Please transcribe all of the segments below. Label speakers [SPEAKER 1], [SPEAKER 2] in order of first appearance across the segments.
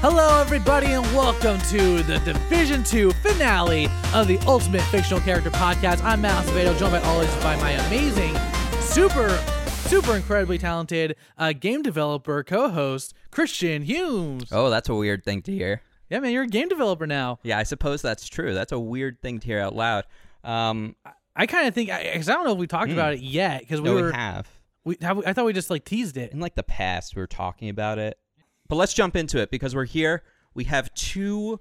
[SPEAKER 1] Hello, everybody, and welcome to the Division 2 finale of the Ultimate Fictional Character Podcast. I'm Matt Acevedo, joined by always by my amazing, super, super incredibly talented uh, game developer co host, Christian Humes.
[SPEAKER 2] Oh, that's a weird thing to hear.
[SPEAKER 1] Yeah, man, you're a game developer now.
[SPEAKER 2] Yeah, I suppose that's true. That's a weird thing to hear out loud. Um,
[SPEAKER 1] I kind of think, because I, don't know if we talked about it yet, because we
[SPEAKER 2] Hmm. no,
[SPEAKER 1] were,
[SPEAKER 2] we have.
[SPEAKER 1] we, have we- I thought we just like teased it.
[SPEAKER 2] In like the past, we were talking about it. But let's jump into it because we're here. We have two,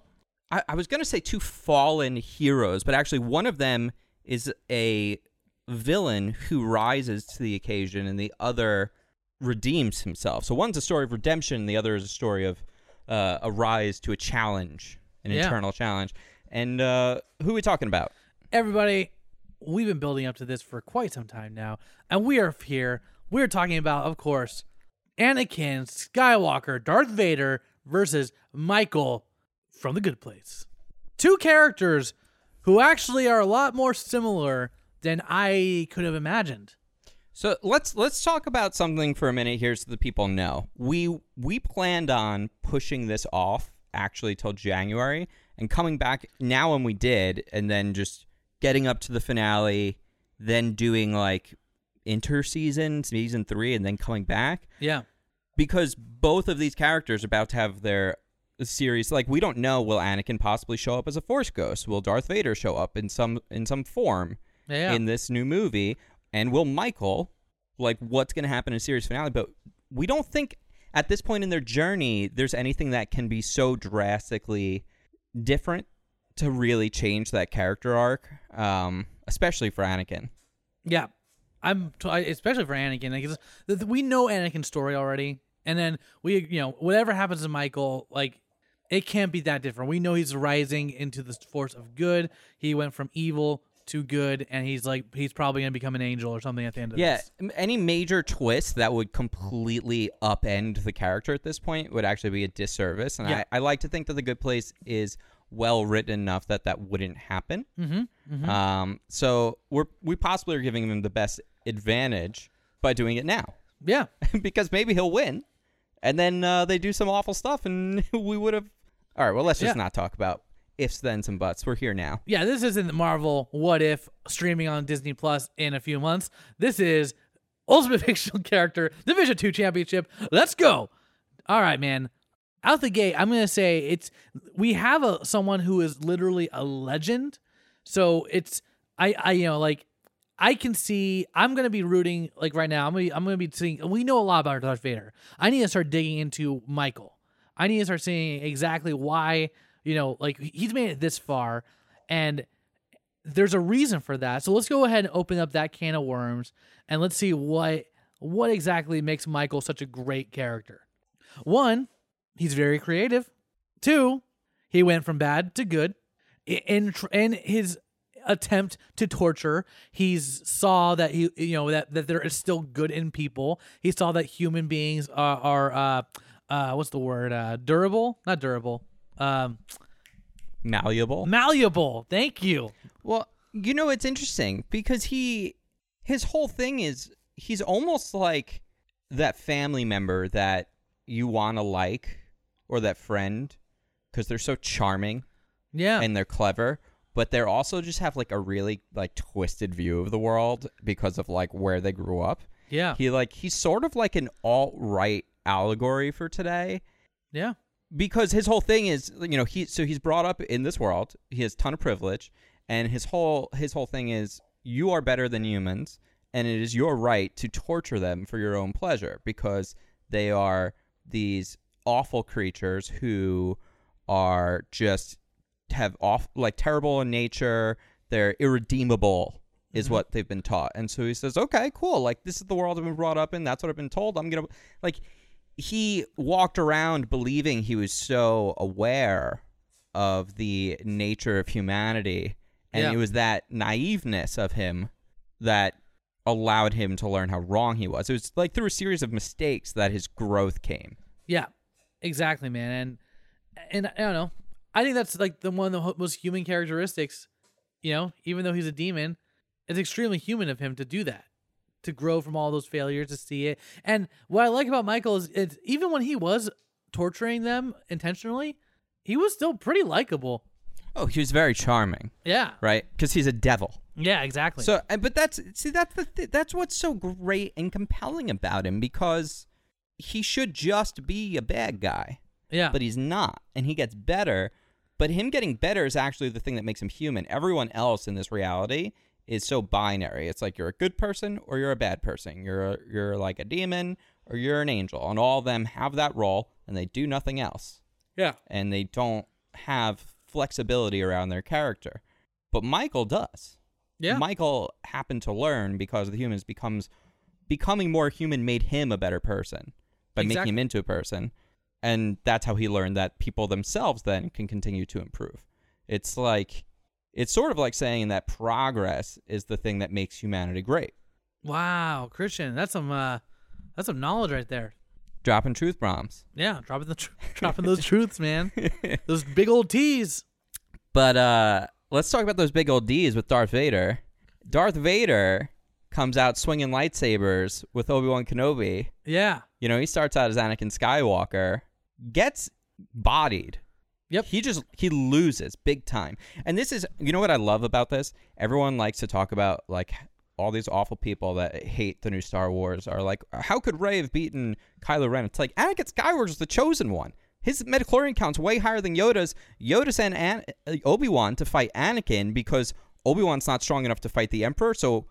[SPEAKER 2] I, I was going to say two fallen heroes, but actually, one of them is a villain who rises to the occasion and the other redeems himself. So one's a story of redemption, the other is a story of uh, a rise to a challenge, an
[SPEAKER 1] Yeah.
[SPEAKER 2] internal challenge. And uh, who are we talking about?
[SPEAKER 1] everybody, we've been building up to this for quite some time now, and we are here. We're talking about, of course, Anakin Skywalker, Darth Vader versus Michael from The Good Place. Two characters who actually are a lot more similar than I could have imagined.
[SPEAKER 2] So let's let's talk about something for a minute here, so the people know. We we planned on pushing this off actually till January and coming back now when we did, and then just getting up to the finale, then doing like interseason season three, and then coming back
[SPEAKER 1] Yeah.
[SPEAKER 2] because both of these characters are about to have their series like we don't know will Anakin possibly show up as a force ghost will Darth Vader show up in some in some form
[SPEAKER 1] Yeah.
[SPEAKER 2] in this new movie and will michael like what's going to happen in series finale but we don't think at this point in their journey there's anything that can be so drastically different to really change that character arc um, especially for anakin
[SPEAKER 1] Yeah, I'm t- I- especially for Anakin because we know Anakin's story already, and then we you know whatever happens to Michael, like it can't be that different. We know he's rising into the force of good. He went from evil to good, and he's like he's probably gonna become an angel or something at the end of
[SPEAKER 2] yeah
[SPEAKER 1] this.
[SPEAKER 2] m- any major twist that would completely upend the character at this point would actually be a disservice and
[SPEAKER 1] Yeah.
[SPEAKER 2] I, I like to think that the good place is well written enough that that wouldn't happen
[SPEAKER 1] Mm-hmm. hmm
[SPEAKER 2] Um, so we're we possibly are giving him the best advantage by doing it now
[SPEAKER 1] Yeah,
[SPEAKER 2] because maybe he'll win, and then uh, they do some awful stuff, and we would have. All right, well, let's just
[SPEAKER 1] Yeah.
[SPEAKER 2] not talk about ifs, thens, and buts. We're here now.
[SPEAKER 1] yeah. This isn't the Marvel What If streaming on Disney Plus in a few months. This is Ultimate Fictional Character Division Two Championship. Let's go. All right, man. Out the gate, I'm gonna say it's we have a someone who is literally a legend. So it's I I you know like I can see I'm gonna be rooting like right now. I'm gonna be, I'm gonna be seeing. We know a lot about Darth Vader. I need to start digging into Michael. I need to start seeing exactly why you know like he's made it this far, and there's a reason for that. So let's go ahead and open up that can of worms and let's see what what exactly makes Michael such a great character. One, he's very creative. Two, he went from bad to good. I- In tr- in his attempt to torture, he saw that he you know that that there is still good in people. He saw that human beings are, are uh uh what's the word uh durable, not durable. Um
[SPEAKER 2] Malleable.
[SPEAKER 1] malleable. Thank you.
[SPEAKER 2] Well, you know, it's interesting because he his whole thing is he's almost like that family member that you want to like or that friend because they're so charming
[SPEAKER 1] Yeah.
[SPEAKER 2] and they're clever but they're also just have like a really like twisted view of the world because of like where they grew up
[SPEAKER 1] yeah.
[SPEAKER 2] he like he's sort of like an alt-right allegory for today
[SPEAKER 1] yeah.
[SPEAKER 2] because his whole thing is you know he so he's brought up in this world he has a ton of privilege and his whole his whole thing is you are better than humans and it is your right to torture them for your own pleasure because they are these awful creatures who are just have off like terrible in nature they're irredeemable is what they've been taught and so he says okay cool like this is the world i've been brought up in that's what i've been told i'm gonna like he walked around believing he was so aware of the nature of humanity and
[SPEAKER 1] Yeah.
[SPEAKER 2] it was that naiveness of him that allowed him to learn how wrong he was it was like through a series of mistakes that his growth came
[SPEAKER 1] Yeah, exactly, man. And and I don't know. I think that's like the one of the ho- most human characteristics. You know, even though he's a demon, it's extremely human of him to do that, to grow from all those failures, to see it. And what I like about Michael is, it's, even when he was torturing them intentionally, he was still pretty likable.
[SPEAKER 2] Oh, he was very charming,
[SPEAKER 1] Yeah.
[SPEAKER 2] right? Because he's a devil.
[SPEAKER 1] Yeah, exactly.
[SPEAKER 2] So, and- but that's see that's the th- that's what's so great and compelling about him because he should just be a bad guy,
[SPEAKER 1] yeah.
[SPEAKER 2] but he's not, and he gets better. But him getting better is actually the thing that makes him human. Everyone else in this reality is so binary. It's like you're a good person or you're a bad person. You're a, you're like a demon or you're an angel, and all of them have that role, and they do nothing else
[SPEAKER 1] yeah.
[SPEAKER 2] and they don't have flexibility around their character. But Michael does.
[SPEAKER 1] Yeah.
[SPEAKER 2] Michael happened to learn because of the humans becomes becoming more human made him a better person by
[SPEAKER 1] Exact-
[SPEAKER 2] making him into a person. And that's how he learned that people themselves then can continue to improve. It's like it's sort of like saying that progress is the thing that makes humanity great.
[SPEAKER 1] wow, Christian, that's some uh that's some knowledge right there.
[SPEAKER 2] Dropping truth bombs.
[SPEAKER 1] Yeah, dropping the tr- dropping those truths, man. Those big old T's.
[SPEAKER 2] But uh, let's talk about those big old D's with Darth Vader. Darth Vader comes out swinging lightsabers with Obi Wan Kenobi.
[SPEAKER 1] Yeah.
[SPEAKER 2] You know, he starts out as Anakin Skywalker, gets bodied.
[SPEAKER 1] Yep.
[SPEAKER 2] He just he loses big time. And this is you know what I love about this? Everyone likes to talk about like all these awful people that hate the new Star Wars are like, how could Ray have beaten Kylo Ren? It's like Anakin Skywalker's the chosen one. His metachlorian count's way higher than Yoda's. Yoda sent An- Obi Wan to fight Anakin because Obi Wan's not strong enough to fight the Emperor. So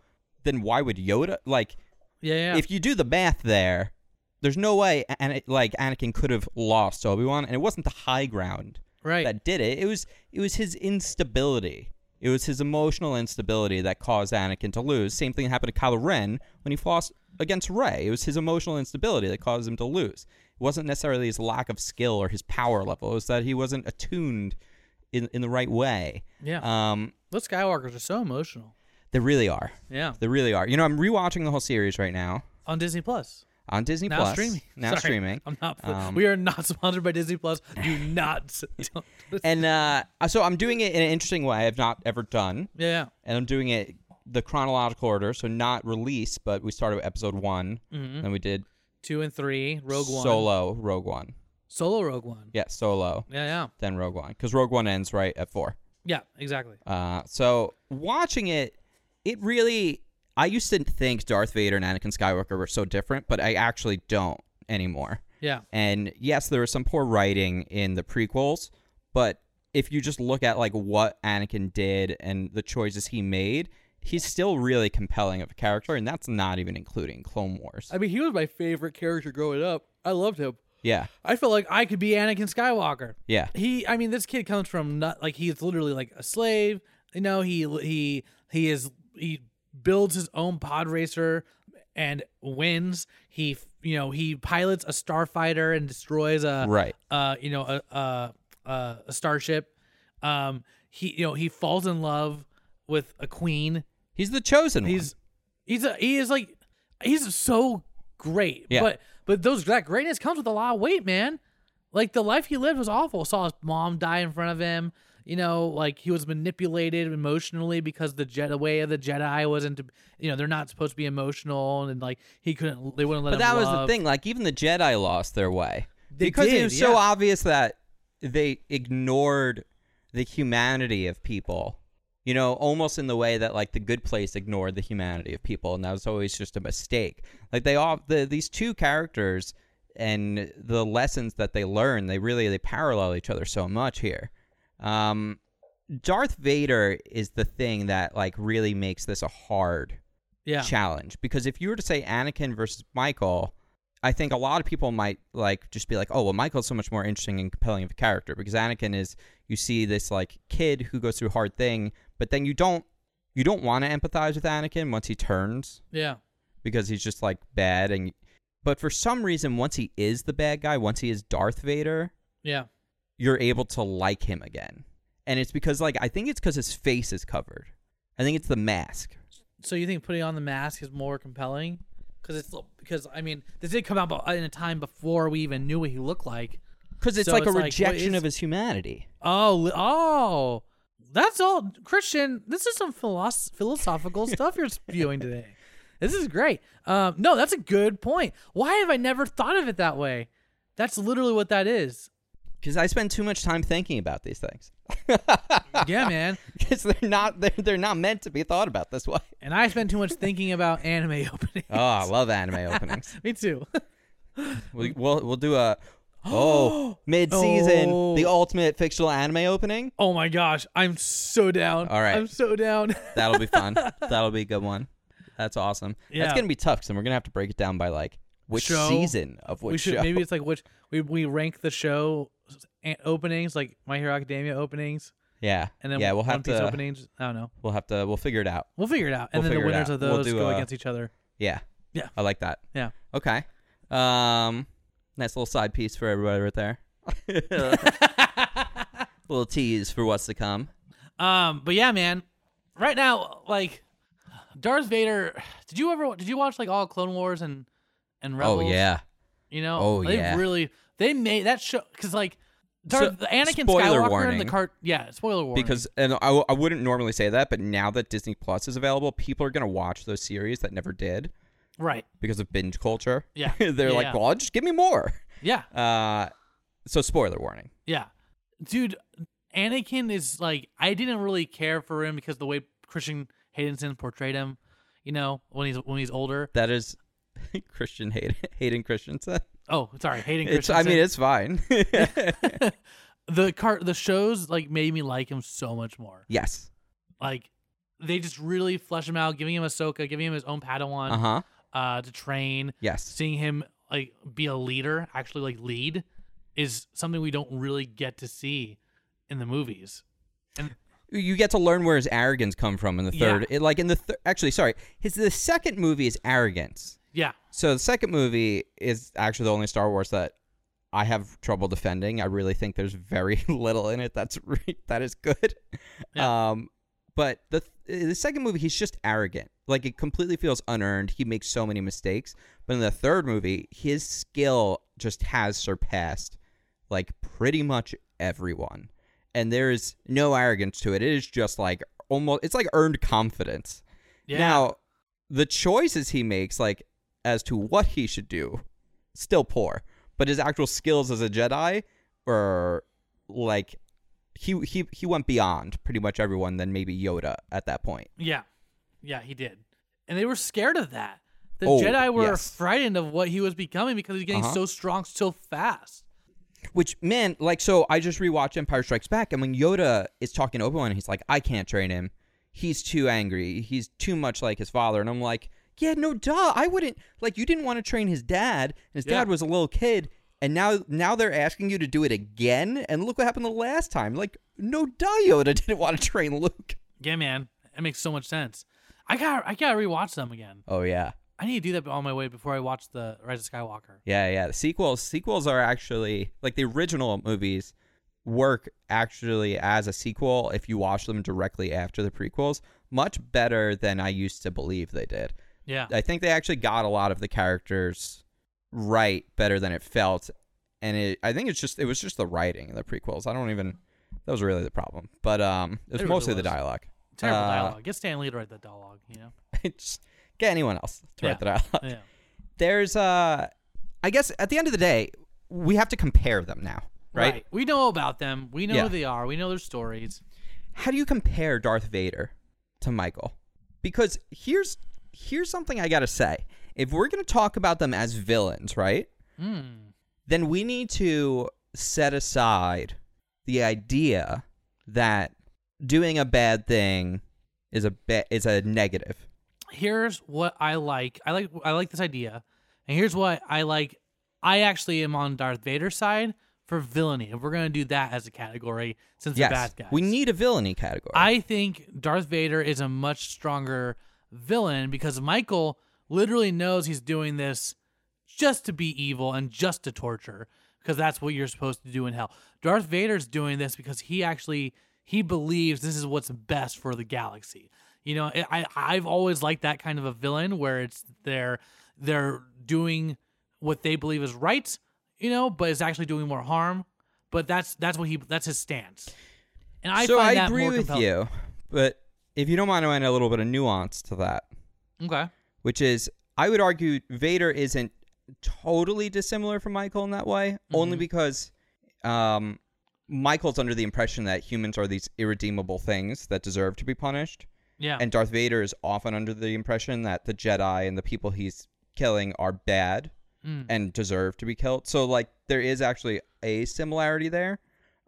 [SPEAKER 2] then why would Yoda like?
[SPEAKER 1] Yeah, yeah.
[SPEAKER 2] if you do the math there, there's no way and like Anakin could have lost Obi Wan, and it wasn't the high ground
[SPEAKER 1] right.
[SPEAKER 2] that did it. It was it was his instability. It was his emotional instability that caused Anakin to lose. Same thing happened to Kylo Ren when he lost against Rey. It was his emotional instability that caused him to lose. It wasn't necessarily his lack of skill or his power level. It was that he wasn't attuned in in the right way.
[SPEAKER 1] yeah.
[SPEAKER 2] Um,
[SPEAKER 1] those Skywalkers are so emotional.
[SPEAKER 2] they really are.
[SPEAKER 1] Yeah.
[SPEAKER 2] They really are. You know, I'm rewatching the whole series right now
[SPEAKER 1] On Disney Plus.
[SPEAKER 2] on Disney
[SPEAKER 1] Now
[SPEAKER 2] Plus.
[SPEAKER 1] streaming.
[SPEAKER 2] Now
[SPEAKER 1] Sorry.
[SPEAKER 2] streaming.
[SPEAKER 1] I'm not.
[SPEAKER 2] Um,
[SPEAKER 1] we are not sponsored by Disney Plus. Do not. s- don't-
[SPEAKER 2] and uh, so I'm doing it in an interesting way I've not ever done,
[SPEAKER 1] yeah, yeah.
[SPEAKER 2] and I'm doing it the chronological order, so not release, but we started with episode one, then we did
[SPEAKER 1] Two and three. Mm-hmm. Rogue One.
[SPEAKER 2] Solo, Rogue One,
[SPEAKER 1] Solo Rogue One.
[SPEAKER 2] yeah, Solo,
[SPEAKER 1] Yeah, yeah,
[SPEAKER 2] then Rogue One, because Rogue One ends right at four.
[SPEAKER 1] yeah. Exactly.
[SPEAKER 2] Uh, so watching it, it really, I used to think Darth Vader and Anakin Skywalker were so different, but I actually don't anymore.
[SPEAKER 1] Yeah,
[SPEAKER 2] And yes, there was some poor writing in the prequels, but if you just look at like what Anakin did and the choices he made, he's still really compelling of a character, and that's not even including Clone Wars.
[SPEAKER 1] I mean, he was my favorite character growing up. I loved him.
[SPEAKER 2] yeah,
[SPEAKER 1] I felt like I could be Anakin Skywalker.
[SPEAKER 2] yeah,
[SPEAKER 1] He, I mean, this kid comes from not like he's literally like a slave. You know, he he he is he builds his own pod racer and wins. He you know he pilots a starfighter and destroys a
[SPEAKER 2] right.
[SPEAKER 1] uh, you know, a a, a, a starship. Um, he you know he falls in love with a queen.
[SPEAKER 2] He's the chosen
[SPEAKER 1] He's he's a, he is like he's so great.
[SPEAKER 2] Yeah.
[SPEAKER 1] But but those that greatness comes with a lot of weight, man. Like the life he lived was awful. Saw his mom die in front of him. You know, like he was manipulated emotionally because the Jedi way of the Jedi wasn't. to- You know, they're not supposed to be emotional, and like he couldn't. They wouldn't let
[SPEAKER 2] one. But
[SPEAKER 1] him.
[SPEAKER 2] that was the
[SPEAKER 1] love.
[SPEAKER 2] thing. Like even the Jedi lost their way
[SPEAKER 1] They
[SPEAKER 2] because
[SPEAKER 1] did,
[SPEAKER 2] it was
[SPEAKER 1] yeah.
[SPEAKER 2] so obvious that they ignored the humanity of people. You know, almost in the way that like the good place ignored the humanity of people, and that was always just a mistake. Like they all the these two characters and the lessons that they learn, they really they parallel each other so much here. Um, Darth Vader is the thing that like really makes this a hard
[SPEAKER 1] Yeah.
[SPEAKER 2] challenge because if you were to say Anakin versus Michael, I think a lot of people might like just be like, "Oh, well, Michael's so much more interesting and compelling of a character because Anakin is you see this like kid who goes through a hard thing, but then you don't you don't want to empathize with Anakin once he turns
[SPEAKER 1] Yeah.
[SPEAKER 2] because he's just like bad and but for some reason once he is the bad guy, once he is Darth Vader,
[SPEAKER 1] Yeah.
[SPEAKER 2] you're able to like him again. And it's because like I think it's cuz his face is covered. I think it's the mask.
[SPEAKER 1] So you think putting on the mask is more compelling? Because it's because I mean this did come out bu- in a time before we even knew what he looked like.
[SPEAKER 2] Cuz it's
[SPEAKER 1] So
[SPEAKER 2] like
[SPEAKER 1] it's
[SPEAKER 2] a
[SPEAKER 1] like, what
[SPEAKER 2] rejection
[SPEAKER 1] is-
[SPEAKER 2] of his humanity.
[SPEAKER 1] Oh, li- oh, that's all, Christian. This is some philosoph- philosophical stuff you're spewing today. This is great. Um, no, that's a good point. Why have I never thought of it that way? That's literally what that is.
[SPEAKER 2] Because I spend too much time thinking about these things.
[SPEAKER 1] Yeah, man.
[SPEAKER 2] Because they're not they're, they're not meant to be thought about this way.
[SPEAKER 1] And I spend too much thinking about anime openings.
[SPEAKER 2] Oh, I love anime openings.
[SPEAKER 1] Me too.
[SPEAKER 2] We, we'll we'll do a oh mid season
[SPEAKER 1] Oh.
[SPEAKER 2] the ultimate fictional anime opening.
[SPEAKER 1] Oh my gosh, I'm so down.
[SPEAKER 2] All right.
[SPEAKER 1] I'm so down.
[SPEAKER 2] That'll be fun. That'll be a good one. That's awesome. That's
[SPEAKER 1] Yeah.
[SPEAKER 2] gonna be tough. So we're gonna have to break it down by like which
[SPEAKER 1] Show.
[SPEAKER 2] season of which
[SPEAKER 1] we should
[SPEAKER 2] show.
[SPEAKER 1] maybe it's like which we we rank the show an- openings like My Hero Academia openings
[SPEAKER 2] yeah,
[SPEAKER 1] and then
[SPEAKER 2] yeah, we'll
[SPEAKER 1] One
[SPEAKER 2] have
[SPEAKER 1] Piece
[SPEAKER 2] to
[SPEAKER 1] openings. I don't know.
[SPEAKER 2] we'll have to we'll figure it out.
[SPEAKER 1] We'll figure it out, and
[SPEAKER 2] We'll
[SPEAKER 1] then the
[SPEAKER 2] figure it
[SPEAKER 1] winners
[SPEAKER 2] out.
[SPEAKER 1] of
[SPEAKER 2] We'll
[SPEAKER 1] those
[SPEAKER 2] do uh,
[SPEAKER 1] go
[SPEAKER 2] a-
[SPEAKER 1] against each other.
[SPEAKER 2] Yeah,
[SPEAKER 1] Yeah.
[SPEAKER 2] I like that.
[SPEAKER 1] Yeah.
[SPEAKER 2] Okay. Um, nice little side piece for everybody right there. little tease for what's to come.
[SPEAKER 1] Um, but yeah, man. Right now, like Darth Vader. Did you ever? Did you watch like all Clone Wars and and Rebels?
[SPEAKER 2] Oh yeah.
[SPEAKER 1] You know.
[SPEAKER 2] Oh,
[SPEAKER 1] they
[SPEAKER 2] yeah.
[SPEAKER 1] Really, they made that show because like
[SPEAKER 2] So,
[SPEAKER 1] Darth Anakin
[SPEAKER 2] spoiler
[SPEAKER 1] Skywalker
[SPEAKER 2] warning.
[SPEAKER 1] and the cart. Yeah, spoiler warning.
[SPEAKER 2] Because and I, w- I wouldn't normally say that, but now that Disney Plus is available, people are gonna watch those series that never did
[SPEAKER 1] right.
[SPEAKER 2] because of binge culture.
[SPEAKER 1] Yeah.
[SPEAKER 2] They're
[SPEAKER 1] Yeah,
[SPEAKER 2] like,
[SPEAKER 1] yeah.
[SPEAKER 2] well, just give me more.
[SPEAKER 1] Yeah.
[SPEAKER 2] Uh, so spoiler warning.
[SPEAKER 1] Yeah. Dude, Anakin is like I didn't really care for him because the way Christian Haydenson portrayed him, you know, when he's when he's older.
[SPEAKER 2] That is Christian Hayden, Hayden Christensen.
[SPEAKER 1] Oh, sorry, Hayden
[SPEAKER 2] It's,
[SPEAKER 1] Christensen.
[SPEAKER 2] I mean, it's fine.
[SPEAKER 1] the car the shows like made me like him so much more.
[SPEAKER 2] yes.
[SPEAKER 1] Like they just really flesh him out, giving him Ahsoka, giving him his own Padawan
[SPEAKER 2] Uh huh.
[SPEAKER 1] uh to train,
[SPEAKER 2] Yes.
[SPEAKER 1] seeing him like be a leader, actually like lead is something we don't really get to see in the movies.
[SPEAKER 2] You get to learn where his arrogance come from in the
[SPEAKER 1] Yeah.
[SPEAKER 2] third. It, like in the th- actually, sorry, his the second movie is arrogance.
[SPEAKER 1] Yeah.
[SPEAKER 2] So the second movie is actually the only Star Wars that I have trouble defending. I really think there's very little in it that's re- that is good. Um, but the th- eh, the second movie, he's just arrogant. Like it completely feels unearned. He makes so many mistakes. But in the third movie, his skill just has surpassed like pretty much everyone. And there is no arrogance to it. It is just like almost it's like earned confidence.
[SPEAKER 1] Yeah.
[SPEAKER 2] Now, the choices he makes, like as to what he should do, still poor. But his actual skills as a Jedi were like he he he went beyond pretty much everyone than maybe Yoda at that point.
[SPEAKER 1] Yeah. Yeah, he did. And they were scared of that. The
[SPEAKER 2] Oh,
[SPEAKER 1] Jedi were
[SPEAKER 2] yes.
[SPEAKER 1] frightened of what he was becoming because he's getting
[SPEAKER 2] Uh-huh.
[SPEAKER 1] so strong so fast.
[SPEAKER 2] Which man, like so I just rewatched Empire Strikes Back and when Yoda is talking to Obi-Wan, he's like, I can't train him. He's too angry. He's too much like his father. And I'm like, Yeah, no duh. I wouldn't like you didn't want to train his dad. and His
[SPEAKER 1] Yeah.
[SPEAKER 2] dad was a little kid. And now now they're asking you to do it again. And look what happened the last time. Like, no duh Yoda didn't want to train Luke.
[SPEAKER 1] Yeah, man. That makes so much sense. I got I gotta rewatch them again.
[SPEAKER 2] Oh yeah.
[SPEAKER 1] I need to do that on my way before I watch the Rise of Skywalker.
[SPEAKER 2] Yeah, yeah. The sequels sequels are actually like the original movies work actually as a sequel if you watch them directly after the prequels much better than I used to believe they did.
[SPEAKER 1] Yeah.
[SPEAKER 2] I think they actually got a lot of the characters right better than it felt and it I think it's just it was just the writing in the prequels. I don't even that was really the problem. But um it was
[SPEAKER 1] It really
[SPEAKER 2] mostly
[SPEAKER 1] was.
[SPEAKER 2] the dialogue.
[SPEAKER 1] Terrible
[SPEAKER 2] Uh,
[SPEAKER 1] dialogue. Get Stan Lee to write that dialogue, you know?
[SPEAKER 2] just get anyone else to write the dialogue.
[SPEAKER 1] Yeah.
[SPEAKER 2] There's uh I guess at the end of the day we have to compare them now, right?
[SPEAKER 1] We know about them. We know
[SPEAKER 2] Yeah.
[SPEAKER 1] who they are. We know their stories.
[SPEAKER 2] how do you compare Darth Vader to Michael? Because here's here's something I gotta say. If we're gonna talk about them as villains, right?
[SPEAKER 1] Mm.
[SPEAKER 2] Then we need to set aside the idea that doing a bad thing is a ba- is a negative.
[SPEAKER 1] here's what I like. I like I like this idea, and here's what I like. I actually am on Darth Vader's side for villainy, and we're gonna do that as a category since
[SPEAKER 2] yes,
[SPEAKER 1] the bad guys.
[SPEAKER 2] we need a villainy category.
[SPEAKER 1] I think Darth Vader is a much stronger villain because Michael literally knows he's doing this just to be evil and just to torture because that's what you're supposed to do in hell. Darth Vader's doing this because he actually he believes this is what's best for the galaxy. You know, I I- I've always liked that kind of a villain where it's they're they're doing what they believe is right, you know, but it's actually doing more harm. But that's that's what he that's his stance. And I
[SPEAKER 2] so
[SPEAKER 1] find
[SPEAKER 2] I
[SPEAKER 1] that
[SPEAKER 2] agree
[SPEAKER 1] more
[SPEAKER 2] with
[SPEAKER 1] compelling.
[SPEAKER 2] you, but if you don't mind, I add a little bit of nuance to that.
[SPEAKER 1] Okay.
[SPEAKER 2] which is I would argue Vader isn't totally dissimilar from Michael in that way, only because um, Michael's under the impression that humans are these irredeemable things that deserve to be punished,
[SPEAKER 1] Yeah.
[SPEAKER 2] and Darth Vader is often under the impression that the Jedi and the people he's killing are bad
[SPEAKER 1] Mm.
[SPEAKER 2] and deserve to be killed. So like there is actually a similarity there.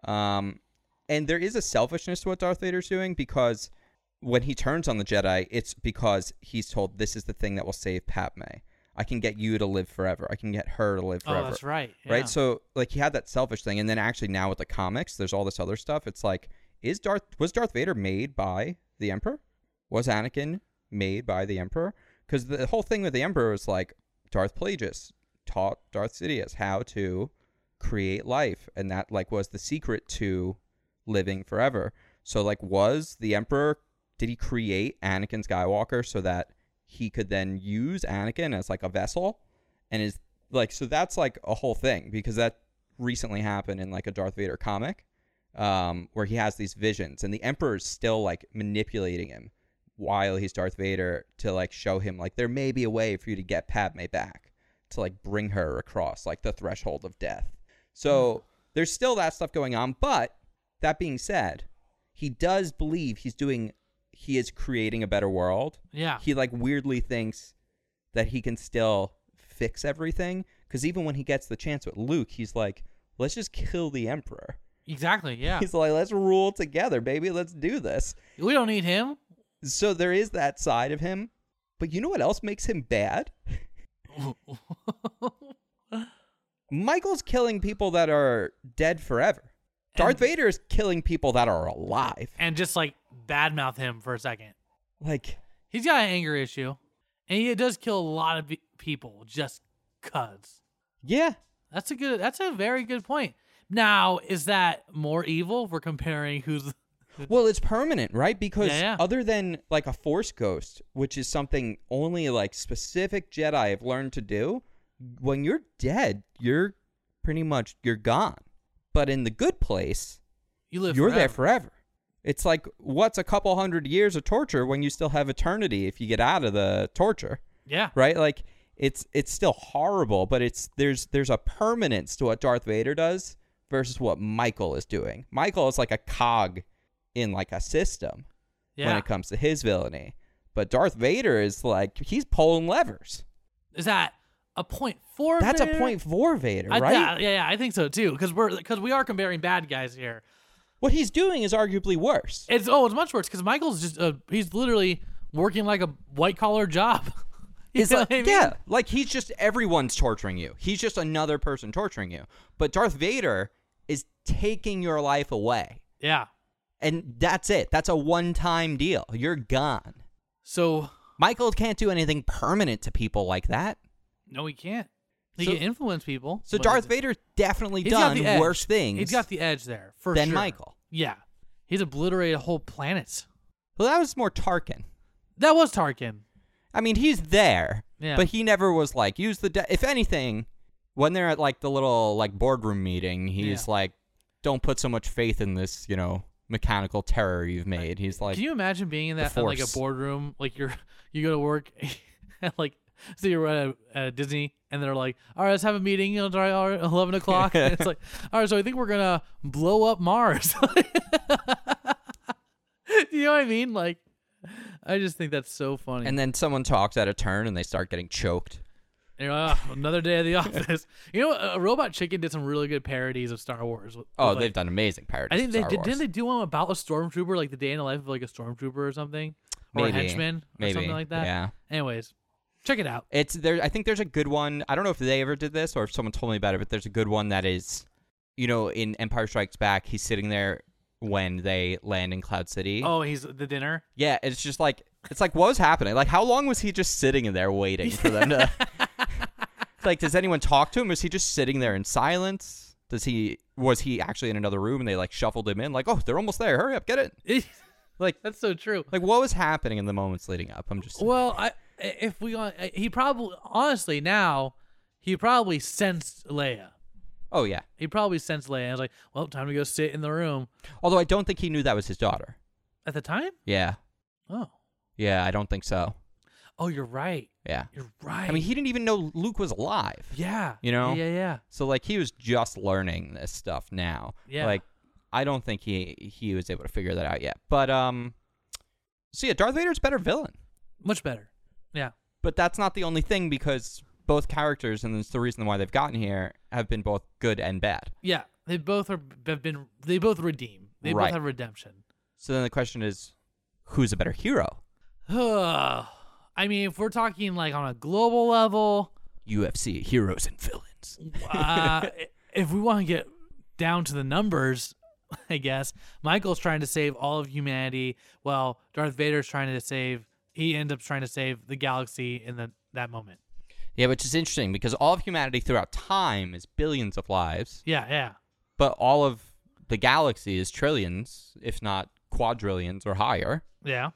[SPEAKER 2] Um and there is a selfishness to what Darth Vader's doing because when he turns on the Jedi, it's because he's told this is the thing that will save Padme. I can get you to live forever. I can get her to live
[SPEAKER 1] oh,
[SPEAKER 2] forever.
[SPEAKER 1] that's right. yeah.
[SPEAKER 2] Right? So like he had that selfish thing and then actually now with the comics, there's all this other stuff. It's like is Darth was Darth Vader made by the Emperor? Was Anakin made by the Emperor? Because the whole thing with the Emperor is like Darth Plagueis taught Darth Sidious how to create life, and that like was the secret to living forever. So like, was the Emperor? Did he create Anakin Skywalker so that he could then use Anakin as like a vessel? And is like so that's like a whole thing because that recently happened in like a Darth Vader comic um, where he has these visions, and the Emperor is still like manipulating him while he's Darth Vader to like show him like there may be a way for you to get Padme back to like bring her across like the threshold of death. So there's still that stuff going on, but that being said, he does believe he's doing he is creating a better world.
[SPEAKER 1] Yeah.
[SPEAKER 2] He like weirdly thinks that he can still fix everything cuz even when he gets the chance with Luke, he's like let's just kill the emperor.
[SPEAKER 1] Exactly. Yeah.
[SPEAKER 2] He's like let's rule together, baby, let's do this.
[SPEAKER 1] we don't need him.
[SPEAKER 2] So there is that side of him. But you know what else makes him bad? Michael's killing people that are dead forever. Darth
[SPEAKER 1] And-
[SPEAKER 2] Vader is killing people that are alive.
[SPEAKER 1] and just like badmouth him for a second.
[SPEAKER 2] Like,
[SPEAKER 1] He's got an anger issue, and he does kill a lot of pe- people just cuz.
[SPEAKER 2] yeah.
[SPEAKER 1] That's a good. That's a very good point. Now, is that more evil? We're comparing who's.
[SPEAKER 2] Well, it's permanent, right? Because
[SPEAKER 1] Yeah, yeah.
[SPEAKER 2] other than like a force ghost, which is something only like specific Jedi have learned to do, when you're dead, you're pretty much you're gone. But in the good place,
[SPEAKER 1] You live.
[SPEAKER 2] you're there
[SPEAKER 1] forever.
[SPEAKER 2] forever. It's like what's a couple hundred years of torture when you still have eternity if you get out of the torture,
[SPEAKER 1] Yeah.
[SPEAKER 2] right? Like it's it's still horrible, but it's there's there's a permanence to what Darth Vader does versus what Michael is doing. Michael is like a cog in like a system
[SPEAKER 1] Yeah.
[SPEAKER 2] when it comes to his villainy. But Darth Vader is like he's pulling levers.
[SPEAKER 1] is that a point four?
[SPEAKER 2] That's
[SPEAKER 1] there?
[SPEAKER 2] a point for Vader,
[SPEAKER 1] I,
[SPEAKER 2] right?
[SPEAKER 1] Yeah, yeah, yeah, I think so too. Because we're because we are comparing bad guys here.
[SPEAKER 2] What he's doing is arguably worse.
[SPEAKER 1] It's oh, it's much worse because Michael's just uh, he's literally working like a white collar job. You
[SPEAKER 2] It's
[SPEAKER 1] know
[SPEAKER 2] like-
[SPEAKER 1] what I mean?
[SPEAKER 2] yeah, like he's just everyone's torturing you. He's just another person torturing you. But Darth Vader is taking your life away,
[SPEAKER 1] yeah.
[SPEAKER 2] and that's it. That's a one-time deal. You're gone.
[SPEAKER 1] So
[SPEAKER 2] Michael can't do anything permanent to people like that.
[SPEAKER 1] no, he can't. He
[SPEAKER 2] So-
[SPEAKER 1] can influence people.
[SPEAKER 2] So
[SPEAKER 1] but
[SPEAKER 2] Darth
[SPEAKER 1] he's-
[SPEAKER 2] Vader's definitely
[SPEAKER 1] he's got
[SPEAKER 2] done
[SPEAKER 1] the edge.
[SPEAKER 2] worse things.
[SPEAKER 1] He's got the edge there for
[SPEAKER 2] than
[SPEAKER 1] sure.
[SPEAKER 2] Michael.
[SPEAKER 1] Yeah, he's obliterated whole planets.
[SPEAKER 2] well, that was more Tarkin.
[SPEAKER 1] That was Tarkin.
[SPEAKER 2] I mean, he's there,
[SPEAKER 1] Yeah.
[SPEAKER 2] but he never was like use the. De- if anything, when they're at like the little like boardroom meeting, he's
[SPEAKER 1] Yeah.
[SPEAKER 2] like, "Don't put so much faith in this, you know, mechanical terror you've made." He's like,
[SPEAKER 1] Can you imagine being in that
[SPEAKER 2] the
[SPEAKER 1] in like a
[SPEAKER 2] Force.
[SPEAKER 1] boardroom? Like you're you go to work, and like so you're at, at Disney, and they're like, "All right, let's have a meeting. It'll try our eleven o'clock." and it's like, "All right, so I think we're gonna blow up Mars." you know what I mean? Like, I just think that's so funny.
[SPEAKER 2] and then someone talks at a turn, and they start getting choked.
[SPEAKER 1] And you're like, "Ugh, another day at the office. you know, uh, Robot Chicken did some really good parodies of Star Wars. with-
[SPEAKER 2] Oh,
[SPEAKER 1] with, like,
[SPEAKER 2] they've done amazing parodies.
[SPEAKER 1] I think
[SPEAKER 2] of
[SPEAKER 1] they
[SPEAKER 2] Star
[SPEAKER 1] did.
[SPEAKER 2] Wars.
[SPEAKER 1] Didn't they do one about a stormtrooper, like the day in the life of like a stormtrooper or something, or
[SPEAKER 2] Maybe.
[SPEAKER 1] a henchman or
[SPEAKER 2] Maybe.
[SPEAKER 1] something like that?
[SPEAKER 2] Yeah.
[SPEAKER 1] Anyways, check it out.
[SPEAKER 2] It's there. I think there's a good one. I don't know if they ever did this or if someone told me about it, but there's a good one that is, you know, in Empire Strikes Back, he's sitting there when they land in Cloud City.
[SPEAKER 1] Oh, he's the dinner.
[SPEAKER 2] Yeah, it's just like it's like what was happening? Like how long was he just sitting in there waiting for them to It's like does anyone talk to him? Is he just sitting there in silence? Does he was he actually in another room and they like shuffled him in like, "Oh, they're almost there. Hurry up, get it." Like
[SPEAKER 1] That's so true.
[SPEAKER 2] like what was happening in the moments leading up? I'm just
[SPEAKER 1] Well, I if we on he probably honestly now he probably sensed Leia.
[SPEAKER 2] Oh yeah.
[SPEAKER 1] He probably sensed Leia. I was like, well, time to go sit in the room
[SPEAKER 2] Although I don't think he knew that was his daughter.
[SPEAKER 1] at the time.
[SPEAKER 2] Yeah.
[SPEAKER 1] Oh,
[SPEAKER 2] Yeah, I don't think so.
[SPEAKER 1] oh, you're right.
[SPEAKER 2] Yeah.
[SPEAKER 1] You're right.
[SPEAKER 2] I mean, he didn't even know Luke was alive.
[SPEAKER 1] yeah.
[SPEAKER 2] you know?
[SPEAKER 1] Yeah, yeah.
[SPEAKER 2] So like he was just learning this stuff now.
[SPEAKER 1] Yeah.
[SPEAKER 2] Like I don't think he he was able to figure that out yet. But um so yeah, Darth Vader's a better villain.
[SPEAKER 1] Much better. Yeah.
[SPEAKER 2] But that's not the only thing because both characters and it's the reason why they've gotten here have been both good and bad.
[SPEAKER 1] Yeah. They both are have been they both redeem. They both
[SPEAKER 2] Right.
[SPEAKER 1] have redemption.
[SPEAKER 2] So then the question is who's a better hero?
[SPEAKER 1] I mean, if we're talking like on a global level,
[SPEAKER 2] UFC heroes and villains.
[SPEAKER 1] uh, if we want to get down to the numbers, I guess Michael's trying to save all of humanity, while Darth Vader's trying to save. He ends up trying to save the galaxy in the, that moment.
[SPEAKER 2] Yeah, which is interesting because all of humanity throughout time is billions of lives,
[SPEAKER 1] Yeah, yeah,
[SPEAKER 2] but all of the galaxy is trillions, if not quadrillions or higher.
[SPEAKER 1] yeah.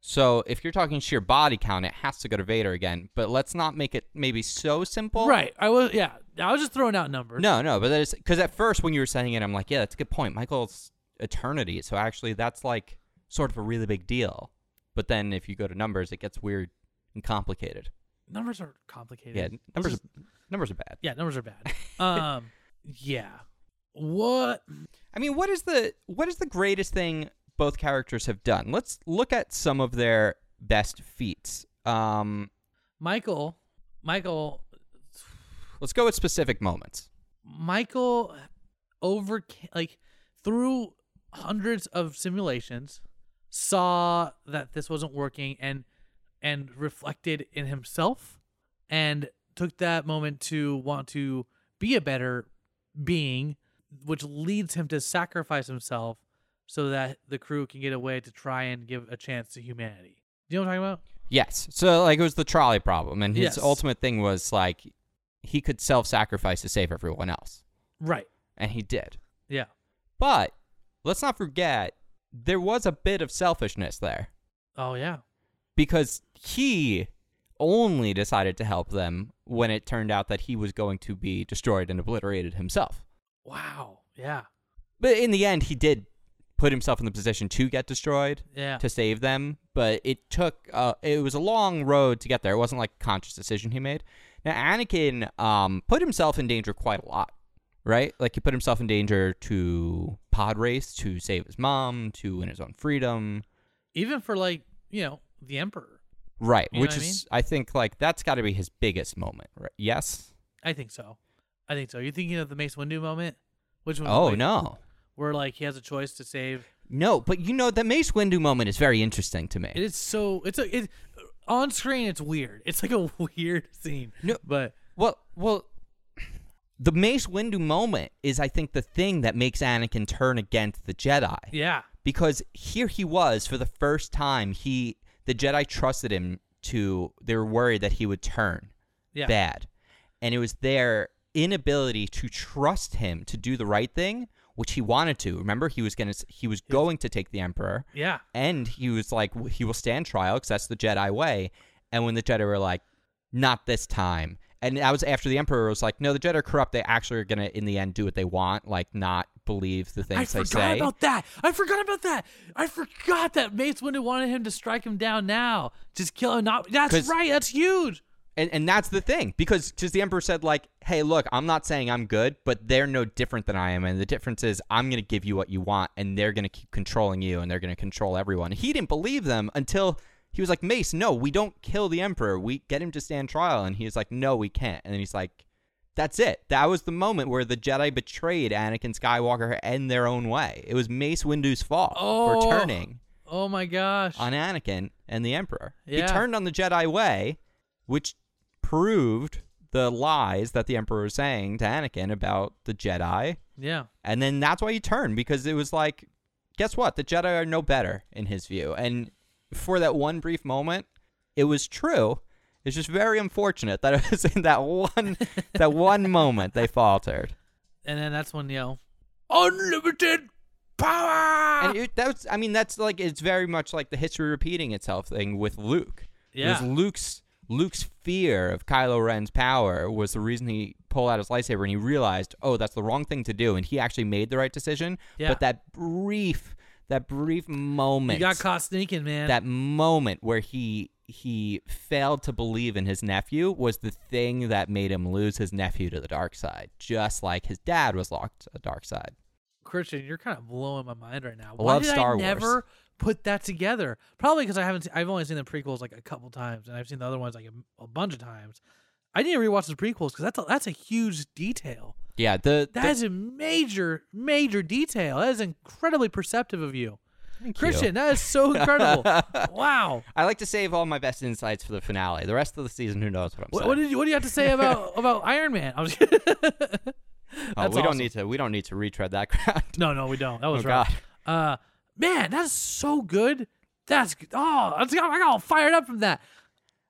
[SPEAKER 2] So if you're talking sheer body count, it has to go to Vader again. But let's not make it maybe so simple.
[SPEAKER 1] right. I was. Yeah, I was just throwing out numbers.
[SPEAKER 2] No, no, but that is because at first when you were saying it, I'm like, yeah, that's a good point. Michael's eternity, so actually that's like sort of a really big deal. But then if you go to numbers, it gets weird and complicated.
[SPEAKER 1] Numbers are complicated.
[SPEAKER 2] Yeah, numbers, are, numbers are bad.
[SPEAKER 1] Yeah, numbers are bad. um, yeah. What?
[SPEAKER 2] I mean, what is the what is the greatest thing both characters have done? Let's look at some of their best feats. Um,
[SPEAKER 1] Michael. Michael
[SPEAKER 2] let's go with specific moments.
[SPEAKER 1] Michael over like through hundreds of simulations saw that this wasn't working and and reflected in himself and took that moment to want to be a better being which leads him to sacrifice himself so that the crew can get away to try and give a chance to humanity. Do you know what I'm talking about?
[SPEAKER 2] Yes. So like it was the trolley problem, and his
[SPEAKER 1] Yes.
[SPEAKER 2] ultimate thing was like he could self-sacrifice to save everyone else,
[SPEAKER 1] Right.
[SPEAKER 2] and he did.
[SPEAKER 1] Yeah.
[SPEAKER 2] But let's not forget there was a bit of selfishness there
[SPEAKER 1] Oh yeah.
[SPEAKER 2] because he only decided to help them when it turned out that he was going to be destroyed and obliterated himself.
[SPEAKER 1] Wow. Yeah.
[SPEAKER 2] But in the end, he did put himself in the position to get destroyed.
[SPEAKER 1] Yeah.
[SPEAKER 2] to save them, but it took uh, it was a long road to get there. It wasn't like a conscious decision he made. Now Anakin um, put himself in danger quite a lot, right? Like he put himself in danger to pod race, to save his mom, to win his own freedom,
[SPEAKER 1] Even for like, you know, the emperor.
[SPEAKER 2] right?
[SPEAKER 1] You know
[SPEAKER 2] Which
[SPEAKER 1] what I
[SPEAKER 2] is I think like that's got to be his biggest moment, right? Yes.
[SPEAKER 1] I think so. I think so. You're thinking of the Mace Windu moment? Which one?
[SPEAKER 2] Oh
[SPEAKER 1] like,
[SPEAKER 2] no,
[SPEAKER 1] Where like he has a choice to save.
[SPEAKER 2] no, but you know the Mace Windu moment is very interesting to me.
[SPEAKER 1] It is so. It's a. It, on screen, it's weird. It's like a weird scene.
[SPEAKER 2] No.
[SPEAKER 1] but
[SPEAKER 2] Well, well, the Mace Windu moment is, I think, the thing that makes Anakin turn against the Jedi
[SPEAKER 1] yeah,
[SPEAKER 2] because here he was for the first time. He the Jedi trusted him to. They were worried that he would turn
[SPEAKER 1] yeah,
[SPEAKER 2] bad, and it was their inability to trust him to do the right thing, which he wanted to. Remember, he was gonna. He was going to take the Emperor
[SPEAKER 1] yeah,
[SPEAKER 2] and he was like w- he will stand trial because that's the jedi way and when the jedi were like not this time and that was after the emperor was like no the jedi are corrupt they actually are gonna in the end do what they want like not believe the
[SPEAKER 1] I
[SPEAKER 2] things they
[SPEAKER 1] forgot
[SPEAKER 2] say
[SPEAKER 1] about that. I forgot about that. I forgot that Mace Windu wanted him to strike him down now. Just kill him. Not. That's
[SPEAKER 2] 'Cause-
[SPEAKER 1] right. That's huge.
[SPEAKER 2] and, and that's the thing because because the emperor said like hey look i'm not saying i'm good but they're no different than i am and the difference is i'm gonna give you what you want and they're gonna keep controlling you and they're gonna control everyone he didn't believe them until he was like mace no we don't kill the emperor we get him to stand trial and he's like no we can't and then he's like that's it that was the moment where the jedi betrayed anakin skywalker and their own way it was mace windu's fault
[SPEAKER 1] Oh.
[SPEAKER 2] for turning
[SPEAKER 1] Oh my gosh.
[SPEAKER 2] on Anakin and the Emperor.
[SPEAKER 1] Yeah.
[SPEAKER 2] He turned on the Jedi way, which proved the lies that the Emperor was saying to Anakin about the Jedi.
[SPEAKER 1] yeah.
[SPEAKER 2] And then that's why he turned because it was like, guess what? The Jedi are no better in his view. And for that one brief moment, it was true. It's just very unfortunate that it was in that one that one moment they faltered.
[SPEAKER 1] And then that's when you know, unlimited power.
[SPEAKER 2] And it, that was, I mean, that's like it's very much like the history repeating itself thing with Luke.
[SPEAKER 1] yeah.
[SPEAKER 2] It was Luke's Luke's fear of Kylo Ren's power was the reason he pulled out his lightsaber and he realized, oh, that's the wrong thing to do, and he actually made the right decision.
[SPEAKER 1] Yeah.
[SPEAKER 2] But that brief that brief moment
[SPEAKER 1] you got caught sneaking, man.
[SPEAKER 2] that moment where he he failed to believe in his nephew was the thing that made him lose his nephew to the dark side, just like his dad was locked to the dark side.
[SPEAKER 1] Christian, you're kind of blowing my mind right now.
[SPEAKER 2] I
[SPEAKER 1] Why
[SPEAKER 2] love
[SPEAKER 1] did
[SPEAKER 2] Star
[SPEAKER 1] I
[SPEAKER 2] Wars.
[SPEAKER 1] never put that together? Probably because I haven't. Seen, I've only seen the prequels like a couple times, and I've seen the other ones like a, a bunch of times. I need to rewatch the prequels because that's a, that's a huge detail.
[SPEAKER 2] Yeah, the,
[SPEAKER 1] That is a major major detail. That is incredibly perceptive of you,
[SPEAKER 2] the
[SPEAKER 1] Christian. That is so incredible. wow.
[SPEAKER 2] I like to save all my best insights for the finale. The rest of the season, who knows what I'm
[SPEAKER 1] What,
[SPEAKER 2] saying?
[SPEAKER 1] what did you What do you have to say about about Iron Man? I was.
[SPEAKER 2] oh, we don't need to. We don't need to retread that ground.
[SPEAKER 1] No, no, we don't. That was
[SPEAKER 2] Oh,
[SPEAKER 1] right. Uh, man, that's so good. That's oh, that's, I got all fired up from that.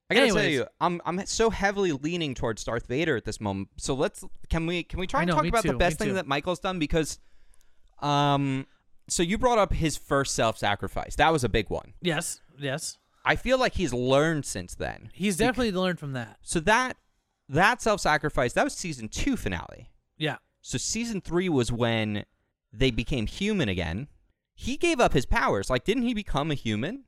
[SPEAKER 2] I gotta tell
[SPEAKER 1] Anyways.
[SPEAKER 2] you, I'm I'm so heavily leaning towards Darth Vader at this moment. So let's can we can we try
[SPEAKER 1] I
[SPEAKER 2] and
[SPEAKER 1] know,
[SPEAKER 2] talk
[SPEAKER 1] me
[SPEAKER 2] about
[SPEAKER 1] too,
[SPEAKER 2] the
[SPEAKER 1] me
[SPEAKER 2] best thing
[SPEAKER 1] too.
[SPEAKER 2] that Michael's done because, um, so you brought up his first self-sacrifice. That was a big one.
[SPEAKER 1] Yes, yes.
[SPEAKER 2] I feel like he's learned since then.
[SPEAKER 1] He's definitely learned from that.
[SPEAKER 2] So that that self-sacrifice that was season two finale.
[SPEAKER 1] Yeah.
[SPEAKER 2] So season three was when they became human again. He gave up his powers. Like, didn't he become a human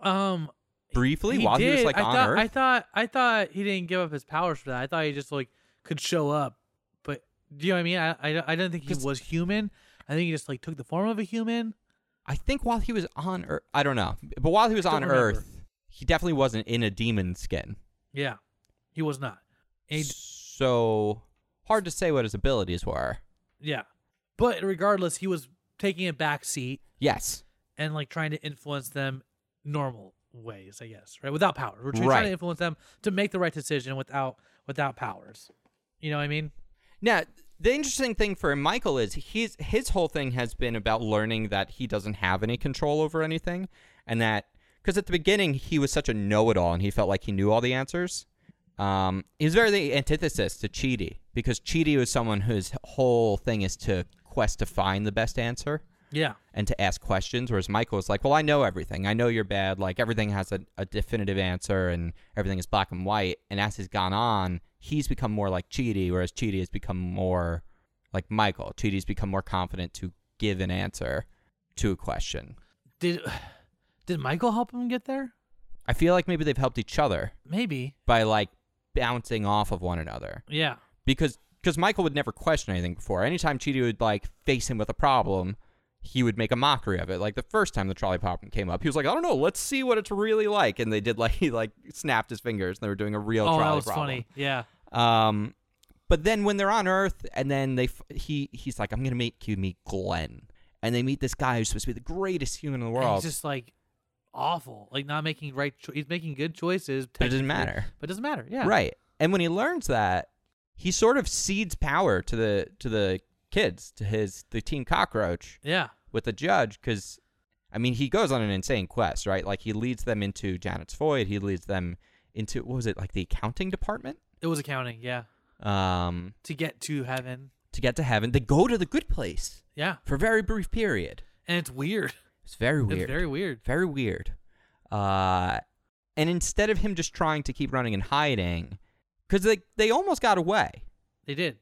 [SPEAKER 1] Um.
[SPEAKER 2] briefly
[SPEAKER 1] he
[SPEAKER 2] while
[SPEAKER 1] did.
[SPEAKER 2] he was like
[SPEAKER 1] I
[SPEAKER 2] on
[SPEAKER 1] thought,
[SPEAKER 2] Earth?
[SPEAKER 1] I thought. I thought he didn't give up his powers for that. I thought he just like could show up. But do you know what I mean? I I, I don't think he
[SPEAKER 2] 'Cause-
[SPEAKER 1] was human. I think he just like took the form of a human.
[SPEAKER 2] I think while he was on Earth, I don't know, but while he was
[SPEAKER 1] don't
[SPEAKER 2] on
[SPEAKER 1] remember.
[SPEAKER 2] Earth, he definitely wasn't in a demon skin.
[SPEAKER 1] Yeah. He was not. And he
[SPEAKER 2] So hard to say what his abilities were.
[SPEAKER 1] Yeah. But regardless, he was taking a back seat
[SPEAKER 2] Yes,
[SPEAKER 1] and like trying to influence them normal ways, I guess, right? Without power. We're trying
[SPEAKER 2] Right.
[SPEAKER 1] to influence them to make the right decision without without powers. You know what I mean?
[SPEAKER 2] Now, the interesting thing for Michael is he's his whole thing has been about learning that he doesn't have any control over anything, and that because at the beginning he was such a know-it-all and he felt like he knew all the answers. Um, he was very the antithesis to Chidi because Chidi was someone whose whole thing is to quest to find the best answer
[SPEAKER 1] Yeah.
[SPEAKER 2] and to ask questions, whereas Michael is like, "Well, I know everything. I know you're bad. Like everything has a, a definitive answer, and everything is black and white." And as he's gone on, he's become more like Chidi, whereas Chidi has become more like Michael. Chidi's become more confident to give an answer to a question.
[SPEAKER 1] Did did Michael help him get there?
[SPEAKER 2] I feel like maybe they've helped each other
[SPEAKER 1] Maybe.
[SPEAKER 2] by like bouncing off of one another.
[SPEAKER 1] Yeah.
[SPEAKER 2] because because Michael would never question anything before. Anytime Chidi would like face him with a problem, he would make a mockery of it. Like the first time the trolley problem came up, he was like, "I don't know, let's see what it's really like." And they did like he like snapped his fingers, and they were doing a real
[SPEAKER 1] oh,
[SPEAKER 2] trolley
[SPEAKER 1] that was
[SPEAKER 2] problem.
[SPEAKER 1] funny. Yeah.
[SPEAKER 2] Um, but then when they're on Earth, and then they f- he he's like, "I'm gonna make you meet Glenn," and they meet this guy who's supposed to be the greatest human in the
[SPEAKER 1] And
[SPEAKER 2] world.
[SPEAKER 1] He's just like awful. Like not making right cho- he's making good choices.
[SPEAKER 2] but it doesn't
[SPEAKER 1] technically,
[SPEAKER 2] matter.
[SPEAKER 1] But it doesn't matter. Yeah.
[SPEAKER 2] Right. And when he learns that, he sort of cedes power to the to the kids, to his the team cockroach
[SPEAKER 1] Yeah.
[SPEAKER 2] with the judge cuz I mean, he goes on an insane quest, right? Like he leads them into Janet's void, he leads them into what was it? Like the accounting department?
[SPEAKER 1] It was accounting, yeah.
[SPEAKER 2] Um
[SPEAKER 1] To get to heaven.
[SPEAKER 2] to get to heaven. They go to the good place
[SPEAKER 1] Yeah.
[SPEAKER 2] for a very brief period.
[SPEAKER 1] And it's weird.
[SPEAKER 2] It's very weird.
[SPEAKER 1] It's very weird.
[SPEAKER 2] very weird. Uh, and instead of him just trying to keep running and hiding, because they, they almost got away.
[SPEAKER 1] They did.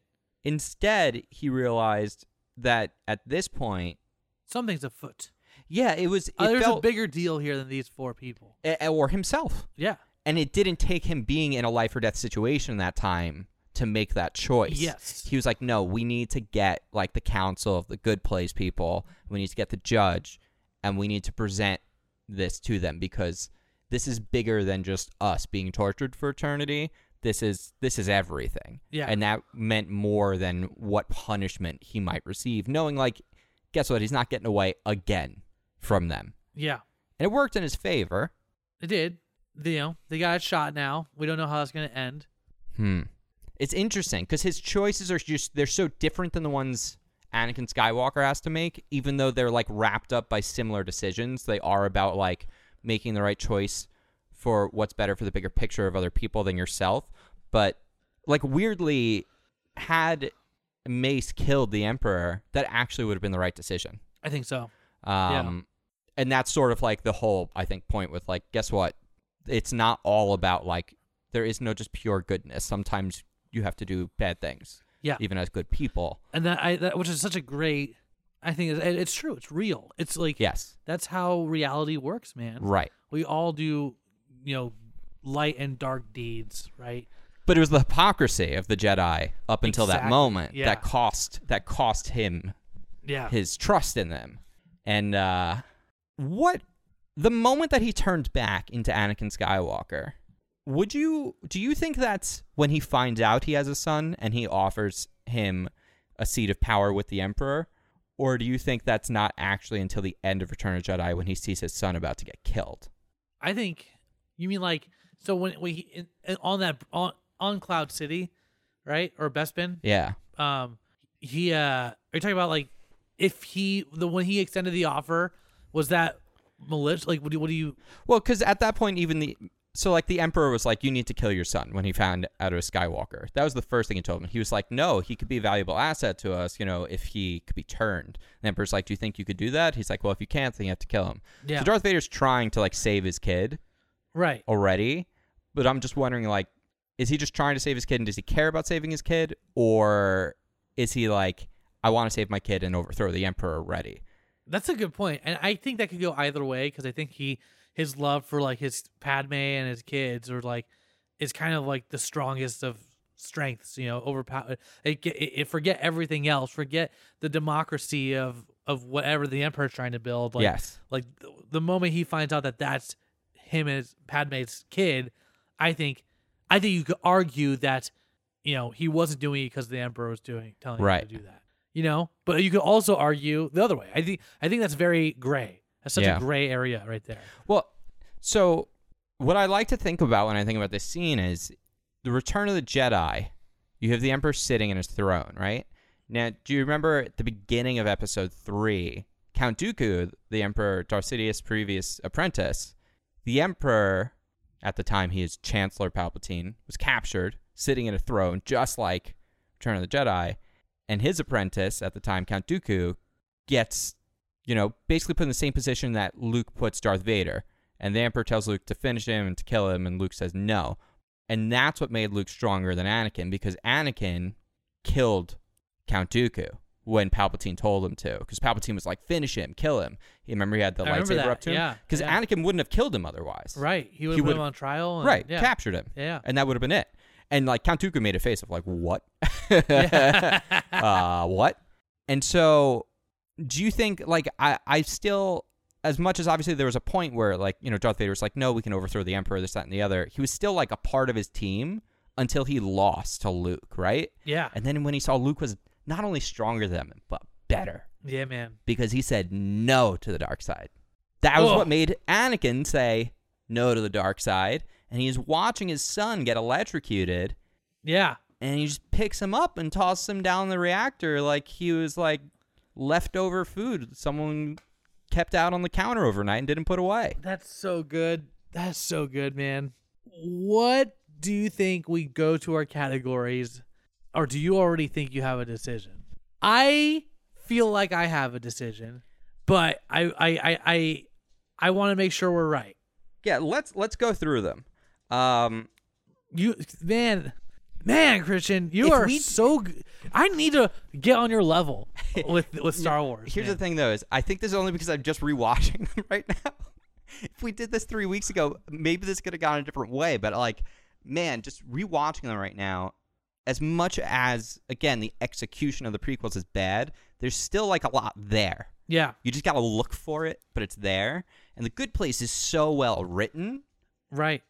[SPEAKER 2] Instead, he realized that at this point,
[SPEAKER 1] Something's afoot.
[SPEAKER 2] yeah, it was it
[SPEAKER 1] Uh, there's
[SPEAKER 2] felt
[SPEAKER 1] a bigger deal here than these four people.
[SPEAKER 2] eh, or himself,
[SPEAKER 1] Yeah.
[SPEAKER 2] and it didn't take him being in a life or death situation that time to make that choice.
[SPEAKER 1] Yes.
[SPEAKER 2] he was like, no, we need to get like the council of the good place people. We need to get the judge, and we need to present this to them because this is bigger than just us being tortured for eternity. This is this is everything.
[SPEAKER 1] Yeah.
[SPEAKER 2] And that meant more than what punishment he might receive, knowing like, guess what, he's not getting away again from them.
[SPEAKER 1] Yeah.
[SPEAKER 2] And it worked in his favor.
[SPEAKER 1] It did. The- You know, they got shot now. We don't know how that's going to end.
[SPEAKER 2] Hmm. It's interesting because his choices are just they're so different than the ones Anakin Skywalker has to make, even though they're like wrapped up by similar decisions. They are about like making the right choice for what's better for the bigger picture of other people than yourself. But like weirdly, had Mace killed the Emperor, that actually would have been the right decision.
[SPEAKER 1] I think so.
[SPEAKER 2] Um, And that's sort of like the whole, I think, point with like, guess what? It's not all about like, there is no just pure goodness. Sometimes you have to do bad things.
[SPEAKER 1] Yeah.
[SPEAKER 2] Even as good people.
[SPEAKER 1] And that I that which is such a great I think it- it's true. It's real. It's like
[SPEAKER 2] Yes.
[SPEAKER 1] that's how reality works, man.
[SPEAKER 2] Right.
[SPEAKER 1] We all do, you know, light and dark deeds, right?
[SPEAKER 2] But it was the hypocrisy of the Jedi up until that
[SPEAKER 1] Exactly,
[SPEAKER 2] moment
[SPEAKER 1] yeah.
[SPEAKER 2] that cost that cost him
[SPEAKER 1] Yeah.
[SPEAKER 2] his trust in them. And uh, what the moment that he turned back into Anakin Skywalker, would you do you think that's when he finds out he has a son and he offers him a seat of power with the Emperor? Or do you think that's not actually until the end of Return of the Jedi when he sees his son about to get killed?
[SPEAKER 1] I think you mean like so when when he in, in- on that on on Cloud City, right? Or Bespin.
[SPEAKER 2] Yeah.
[SPEAKER 1] Um he uh are you talking about like if he the when he extended the offer was that malicious like what do, you- what do you
[SPEAKER 2] Well, because at that point, even the so like the emperor was like, "You need to kill your son." When he found out it was Skywalker, that was the first thing he told him. He was like, "No, he could be a valuable asset to us. You know, if he could be turned." The emperor's like, "Do you think you could do that?" He's like, "Well, if you can't, then you have to kill him."
[SPEAKER 1] Yeah.
[SPEAKER 2] So Darth Vader's trying to like save his kid
[SPEAKER 1] right
[SPEAKER 2] already, but I'm just wondering like, is he just trying to save his kid, and does he care about saving his kid, or is he like, "I want to save my kid and overthrow the emperor already"?
[SPEAKER 1] That's a good point, and I think that could go either way because I think he his love for like his Padme and his kids or like is kind of like the strongest of strengths. You know, overpower it, ge- it, it. Forget everything else. Forget the democracy of of whatever the emperor's trying to build. Like,
[SPEAKER 2] yes.
[SPEAKER 1] Like th- the moment he finds out that that's him and his Padme's kid, I think I think you could argue that you know he wasn't doing it because the emperor was doing telling him
[SPEAKER 2] Right.
[SPEAKER 1] to do that. You know, but you could also argue the other way. I think I think that's very gray. That's such
[SPEAKER 2] Yeah.
[SPEAKER 1] a gray area right there.
[SPEAKER 2] Well, so what I like to think about when I think about this scene is the Return of the Jedi. You have the Emperor sitting in his throne, right? Now, do you remember at the beginning of Episode Three, Count Dooku, the Emperor Darth previous apprentice, the Emperor at the time he is Chancellor Palpatine was captured, sitting in a throne, just like Return of the Jedi, and his apprentice at the time, Count Dooku, gets you know, basically put in the same position that Luke puts Darth Vader. And the Emperor tells Luke to finish him and to kill him, and Luke says no. And that's what made Luke stronger than Anakin because Anakin killed Count Dooku when Palpatine told him to. Because Palpatine was like, finish him, kill him. You remember he had the
[SPEAKER 1] I remember
[SPEAKER 2] lightsaber
[SPEAKER 1] that,
[SPEAKER 2] up to him?
[SPEAKER 1] yeah,
[SPEAKER 2] Because
[SPEAKER 1] yeah.
[SPEAKER 2] Anakin wouldn't have killed him otherwise.
[SPEAKER 1] Right. He would
[SPEAKER 2] He
[SPEAKER 1] have put him
[SPEAKER 2] would've-
[SPEAKER 1] on trial. And,
[SPEAKER 2] Right.
[SPEAKER 1] Yeah.
[SPEAKER 2] Captured him.
[SPEAKER 1] Yeah.
[SPEAKER 2] And that would have been it. And like Count Dooku made a face of like, what? uh, what? And so, do you think like I I still as much as obviously there was a point where like you know Darth Vader was like, no, we can overthrow the Emperor, this, that, and the other. He was still like a part of his team until he lost to Luke, right?
[SPEAKER 1] yeah.
[SPEAKER 2] And then when he saw Luke was not only stronger than him but better
[SPEAKER 1] Yeah, man.
[SPEAKER 2] because he said no to the dark side. That was
[SPEAKER 1] Ugh.
[SPEAKER 2] what made Anakin say no to the dark side, and he's watching his son get electrocuted
[SPEAKER 1] Yeah.
[SPEAKER 2] and he just picks him up and tosses him down the reactor like he was like leftover food someone kept out on the counter overnight and didn't put away.
[SPEAKER 1] That's so good. That's so good, man. What do you think we go to our categories, or do you already think you have a decision? I feel like I have a decision, but I I I I, I want to make sure we're right.
[SPEAKER 2] Yeah, let's let's go through them. Um
[SPEAKER 1] You man, man, Christian, you
[SPEAKER 2] If
[SPEAKER 1] are
[SPEAKER 2] we-
[SPEAKER 1] so. G- I need to get on your level with with Star Wars.
[SPEAKER 2] here's
[SPEAKER 1] man.
[SPEAKER 2] the thing though is I think this is only because I'm just rewatching them right now. if we did this 3 weeks ago, maybe this could have gone a different way, but like man, just rewatching them right now as much as again the execution of the prequels is bad, there's still like a lot there.
[SPEAKER 1] Yeah,
[SPEAKER 2] You just got to look for it, but it's there. And The Good Place is so well written,
[SPEAKER 1] right.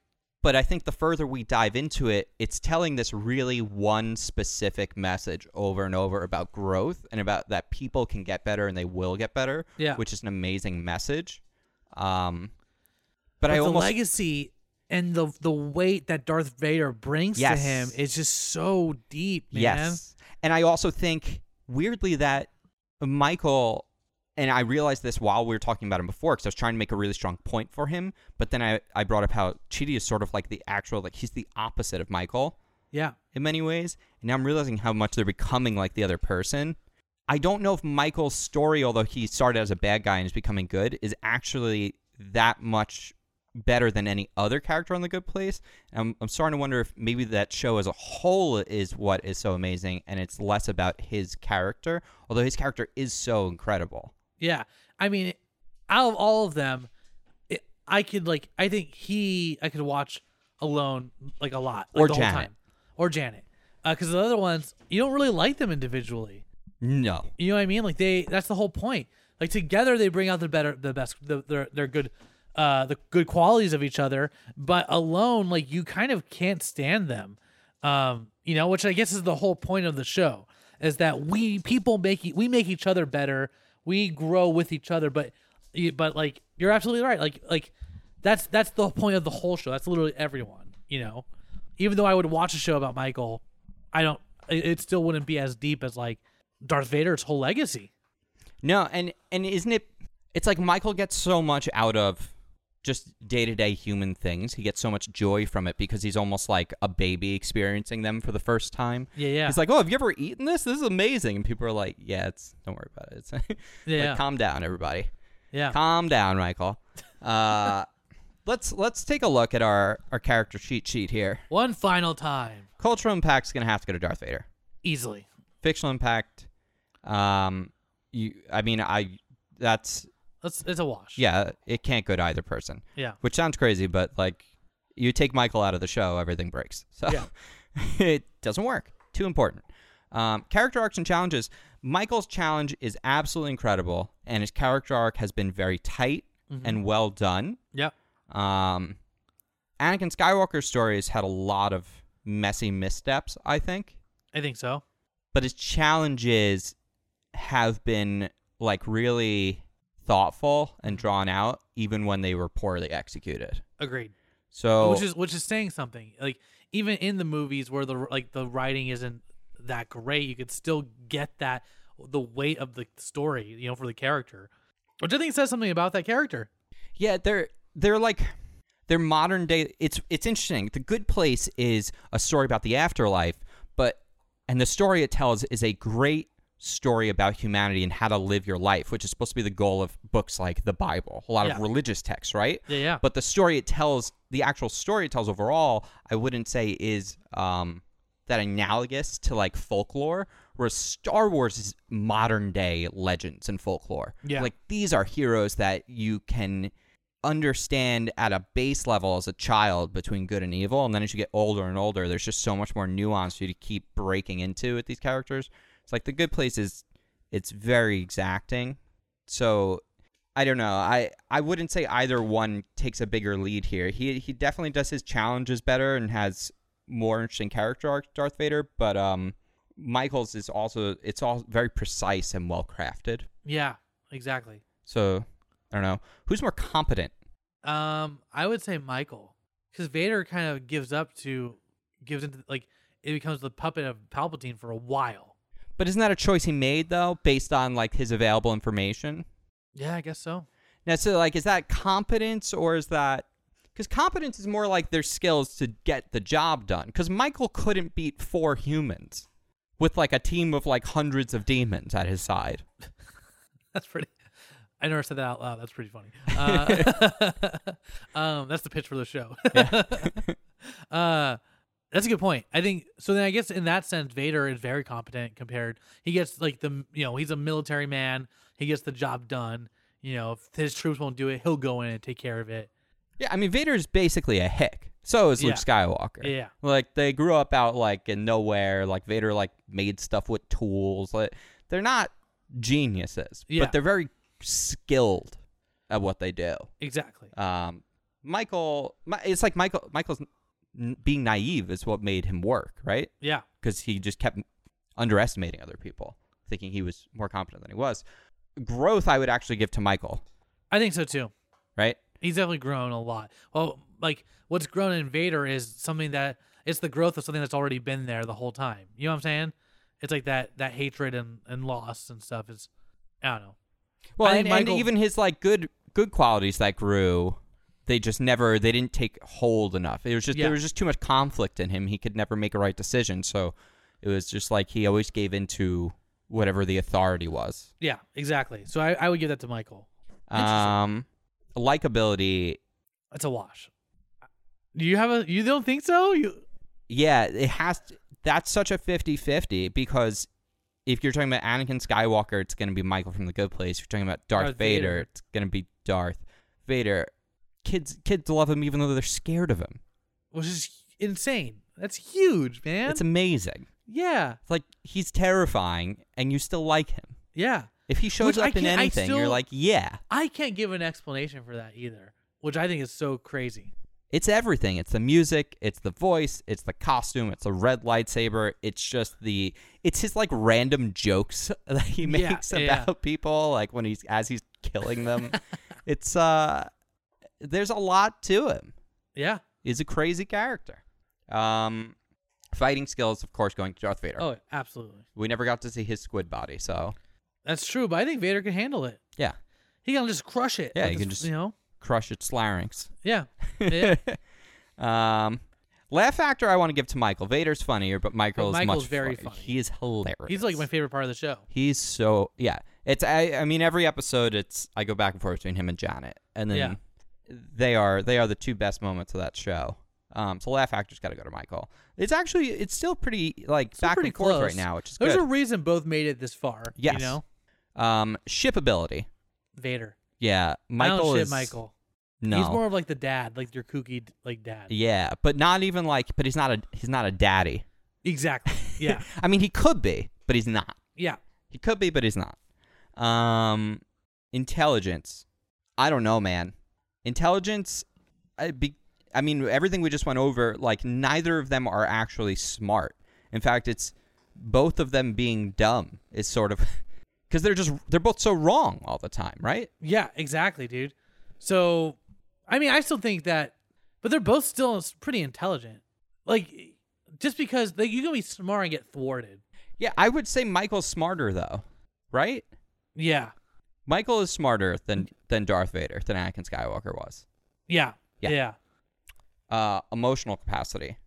[SPEAKER 2] but I think the further we dive into it, it's telling this really one specific message over and over about growth and about that people can get better and they will get better,
[SPEAKER 1] Yeah.
[SPEAKER 2] which is an amazing message. Um, but, I
[SPEAKER 1] the
[SPEAKER 2] almost
[SPEAKER 1] legacy and the the weight that Darth Vader brings to
[SPEAKER 2] Yes.
[SPEAKER 1] him is just so deep, man.
[SPEAKER 2] Yes. And I also think weirdly that Michael and I realized this while we were talking about him before because I was trying to make a really strong point for him, but then I, I brought up how Chidi is sort of like the actual like he's the opposite of Michael
[SPEAKER 1] Yeah.
[SPEAKER 2] in many ways. And now I'm realizing how much they're becoming like the other person. I don't know if Michael's story, although he started as a bad guy and is becoming good, is actually that much better than any other character on The Good Place. And I'm, I'm starting to wonder if maybe that show as a whole is what is so amazing and it's less about his character, although his character is so incredible.
[SPEAKER 1] Yeah. I mean, out of all of them, it, I could like I think he I could watch alone like a lot, like
[SPEAKER 2] Or
[SPEAKER 1] the whole
[SPEAKER 2] Janet.
[SPEAKER 1] time. or Janet, because the other ones you don't really like them individually.
[SPEAKER 2] No.
[SPEAKER 1] You know what I mean? Like they that's the whole point. Like together they bring out the better the best the, their their good uh the good qualities of each other, but alone like you kind of can't stand them. Um you know, which I guess is the whole point of the show is that we people make e- we make each other better. We grow with each other, but you- but like you're absolutely right. Like like that's that's the point of the whole show. That's literally everyone, you know. Even though I would watch a show about Michael, I don't it it still wouldn't be as deep as like Darth Vader's whole legacy.
[SPEAKER 2] No, and and isn't it? It's like Michael gets so much out of just day to day human things. He gets so much joy from it because he's almost like a baby experiencing them for the first time.
[SPEAKER 1] Yeah, yeah.
[SPEAKER 2] He's like, "Oh, have you ever eaten this? This is amazing." And people are like, "Yeah, it's don't worry about it. It's like,
[SPEAKER 1] Yeah.
[SPEAKER 2] calm down, everybody.
[SPEAKER 1] yeah.
[SPEAKER 2] Calm down, Michael." Uh, let's let's take a look at our our character sheet sheet here.
[SPEAKER 1] One final time.
[SPEAKER 2] Cultural impact's gonna have to go to Darth Vader.
[SPEAKER 1] Easily.
[SPEAKER 2] Fictional impact. Um, you. I mean, I. That's
[SPEAKER 1] That's it's a wash.
[SPEAKER 2] yeah, it can't go to either person.
[SPEAKER 1] Yeah.
[SPEAKER 2] Which sounds crazy, but like you take Michael out of the show, everything breaks. So
[SPEAKER 1] Yeah.
[SPEAKER 2] it doesn't work. Too important. Um, character arcs and challenges. Michael's challenge is absolutely incredible, and his character arc has been very tight
[SPEAKER 1] Mm-hmm.
[SPEAKER 2] and well done.
[SPEAKER 1] Yep.
[SPEAKER 2] Um, Anakin Skywalker's story has had a lot of messy missteps, I think
[SPEAKER 1] I think so.
[SPEAKER 2] but his challenges have been like really thoughtful and drawn out even when they were poorly executed
[SPEAKER 1] Agreed.
[SPEAKER 2] so
[SPEAKER 1] Which is which is saying something. Like even in the movies where the like the writing isn't that great, you could still get that the weight of the story, you know, for the character. Which I think says something about that character.
[SPEAKER 2] yeah they're they're like they're modern day it's it's interesting the good place is a story about the afterlife but and the story it tells is a great story about humanity and how to live your life which is supposed to be the goal of books like the bible a lot
[SPEAKER 1] Yeah.
[SPEAKER 2] of religious texts right
[SPEAKER 1] Yeah, yeah.
[SPEAKER 2] but the story it tells the actual story it tells overall i wouldn't say is um, that analogous to like folklore whereas star wars is modern day legends and folklore
[SPEAKER 1] Yeah.
[SPEAKER 2] like these are heroes that you can understand at a base level as a child between good and evil and then as you get older and older there's just so much more nuance for you to keep breaking into with these characters it's like the good place is it's very exacting so I don't know. I, I wouldn't say either one takes a bigger lead here. He he definitely does his challenges better and has more interesting character arc Darth Vader, but um Michael's is also it's all very precise and well crafted.
[SPEAKER 1] yeah, exactly.
[SPEAKER 2] So I don't know. Who's more competent?
[SPEAKER 1] Um, I would say Michael, because Vader kind of gives up to, gives into like it becomes the puppet of Palpatine for a while.
[SPEAKER 2] But isn't that a choice he made though, based on like his available information?
[SPEAKER 1] Yeah, I guess so.
[SPEAKER 2] Now so like is that competence or is that because competence is more like their skills to get the job done. Because Michael couldn't beat four humans with like a team of like hundreds of demons at his side.
[SPEAKER 1] That's pretty. I never said that out loud. That's pretty funny. Uh, um, that's the pitch for the show. uh, that's a good point. I think so. Then I guess in that sense, Vader is very competent compared. He gets like the you know he's a military man. He gets the job done. You know, if his troops won't do it, he'll go in and take care of it.
[SPEAKER 2] Yeah, I mean Vader's basically a hick. So is Luke
[SPEAKER 1] Yeah.
[SPEAKER 2] Skywalker.
[SPEAKER 1] Yeah.
[SPEAKER 2] Like they grew up out like in nowhere. Like Vader like made stuff with tools. Like they're not geniuses,
[SPEAKER 1] Yeah.
[SPEAKER 2] but they're very skilled at what they do.
[SPEAKER 1] Exactly.
[SPEAKER 2] Um, Michael, Mi- it's like Michael. Michael's n- being naive is what made him work, right?
[SPEAKER 1] Yeah.
[SPEAKER 2] because he just kept underestimating other people, thinking he was more competent than he was. Growth, I would actually give to Michael,
[SPEAKER 1] I think so too.
[SPEAKER 2] right?
[SPEAKER 1] He's definitely grown a lot. Well, like what's grown in Vader is something that it's the growth of something that's already been there the whole time. You know what I'm saying? It's like that that hatred and and loss and stuff is I don't know.
[SPEAKER 2] Well,
[SPEAKER 1] I
[SPEAKER 2] and,
[SPEAKER 1] think
[SPEAKER 2] and
[SPEAKER 1] Michael-
[SPEAKER 2] even his like good good qualities that grew, they just never they didn't take hold enough. It was just
[SPEAKER 1] Yeah.
[SPEAKER 2] there was just too much conflict in him. He could never make a right decision, so it was just like he always gave into whatever the authority was.
[SPEAKER 1] Yeah, exactly. So I, I would give that to Michael. Interesting.
[SPEAKER 2] Um, likability,
[SPEAKER 1] It's a wash. You have a you don't think so? You
[SPEAKER 2] yeah, it has to, that's such a 50-50 because if you're talking about Anakin Skywalker, it's going to be Michael from the Good Place. If you're talking about Darth,
[SPEAKER 1] Darth
[SPEAKER 2] Vader,
[SPEAKER 1] Vader.
[SPEAKER 2] it's going to be Darth Vader. Kids kids love him even though they're scared of him.
[SPEAKER 1] which is insane. That's huge, man.
[SPEAKER 2] It's amazing.
[SPEAKER 1] yeah,
[SPEAKER 2] It's like he's terrifying, and you still like him.
[SPEAKER 1] yeah.
[SPEAKER 2] If he shows
[SPEAKER 1] Which I
[SPEAKER 2] up in
[SPEAKER 1] can't- I
[SPEAKER 2] anything, you're
[SPEAKER 1] still-
[SPEAKER 2] like, yeah,
[SPEAKER 1] I can't give an explanation for that either, which I think is so crazy.
[SPEAKER 2] it's everything. It's the music, it's the voice, it's the costume, it's the red lightsaber. It's just the, it's his like random jokes that he
[SPEAKER 1] Yeah,
[SPEAKER 2] makes
[SPEAKER 1] yeah.
[SPEAKER 2] about people, like when he's as he's killing them. it's uh, there's a lot to him.
[SPEAKER 1] Yeah.
[SPEAKER 2] He's a crazy character. Um, fighting skills, of course, going to Darth Vader.
[SPEAKER 1] Oh, absolutely.
[SPEAKER 2] We never got to see his squid body, so
[SPEAKER 1] That's true, but I think Vader can handle it.
[SPEAKER 2] yeah,
[SPEAKER 1] He can just crush it.
[SPEAKER 2] Yeah,
[SPEAKER 1] with
[SPEAKER 2] he can
[SPEAKER 1] his-
[SPEAKER 2] just-
[SPEAKER 1] you know.
[SPEAKER 2] crush its larynx.
[SPEAKER 1] Yeah. Yeah.
[SPEAKER 2] Um, laugh factor I want to give to Michael. Vader's funnier, but Michael is
[SPEAKER 1] Michael's
[SPEAKER 2] much
[SPEAKER 1] very
[SPEAKER 2] fun-
[SPEAKER 1] funny.
[SPEAKER 2] He is hilarious.
[SPEAKER 1] He's like my favorite part of the show.
[SPEAKER 2] He's so yeah. It's I I mean every episode it's I go back and forth between him and Janet, and then
[SPEAKER 1] Yeah.
[SPEAKER 2] they are they are the two best moments of that show. Um, so laugh factor's got to go to Michael. It's actually it's still pretty like
[SPEAKER 1] Still
[SPEAKER 2] back
[SPEAKER 1] pretty
[SPEAKER 2] and forth
[SPEAKER 1] close.
[SPEAKER 2] right now, which is
[SPEAKER 1] There's a
[SPEAKER 2] good.
[SPEAKER 1] reason both made it this far. You
[SPEAKER 2] Yes.
[SPEAKER 1] know,
[SPEAKER 2] um, shipability.
[SPEAKER 1] Vader. I
[SPEAKER 2] Yeah,
[SPEAKER 1] don't
[SPEAKER 2] Michael
[SPEAKER 1] shit
[SPEAKER 2] is
[SPEAKER 1] Michael.
[SPEAKER 2] No,
[SPEAKER 1] He's more of like the dad, like your kooky d- like dad.
[SPEAKER 2] yeah, but not even like. But he's not a he's not a daddy.
[SPEAKER 1] Exactly. Yeah.
[SPEAKER 2] I mean, he could be, but he's not.
[SPEAKER 1] yeah.
[SPEAKER 2] He could be, but he's not. Um, intelligence. I don't know, man. Intelligence. I, be, I mean, everything we just went over. Like, neither of them are actually smart. In fact, it's both of them being dumb is sort of because they're just they're both so wrong all the time, right?
[SPEAKER 1] Yeah. Exactly, dude. So, I mean, I still think that, but they're both still s- pretty intelligent. Like, just because like, you can be smart and get thwarted.
[SPEAKER 2] Yeah, I would say Michael's smarter though, right?
[SPEAKER 1] Yeah.
[SPEAKER 2] Michael is smarter than than Darth Vader than Anakin Skywalker was.
[SPEAKER 1] Yeah.
[SPEAKER 2] Yeah.
[SPEAKER 1] Yeah.
[SPEAKER 2] uh, emotional capacity.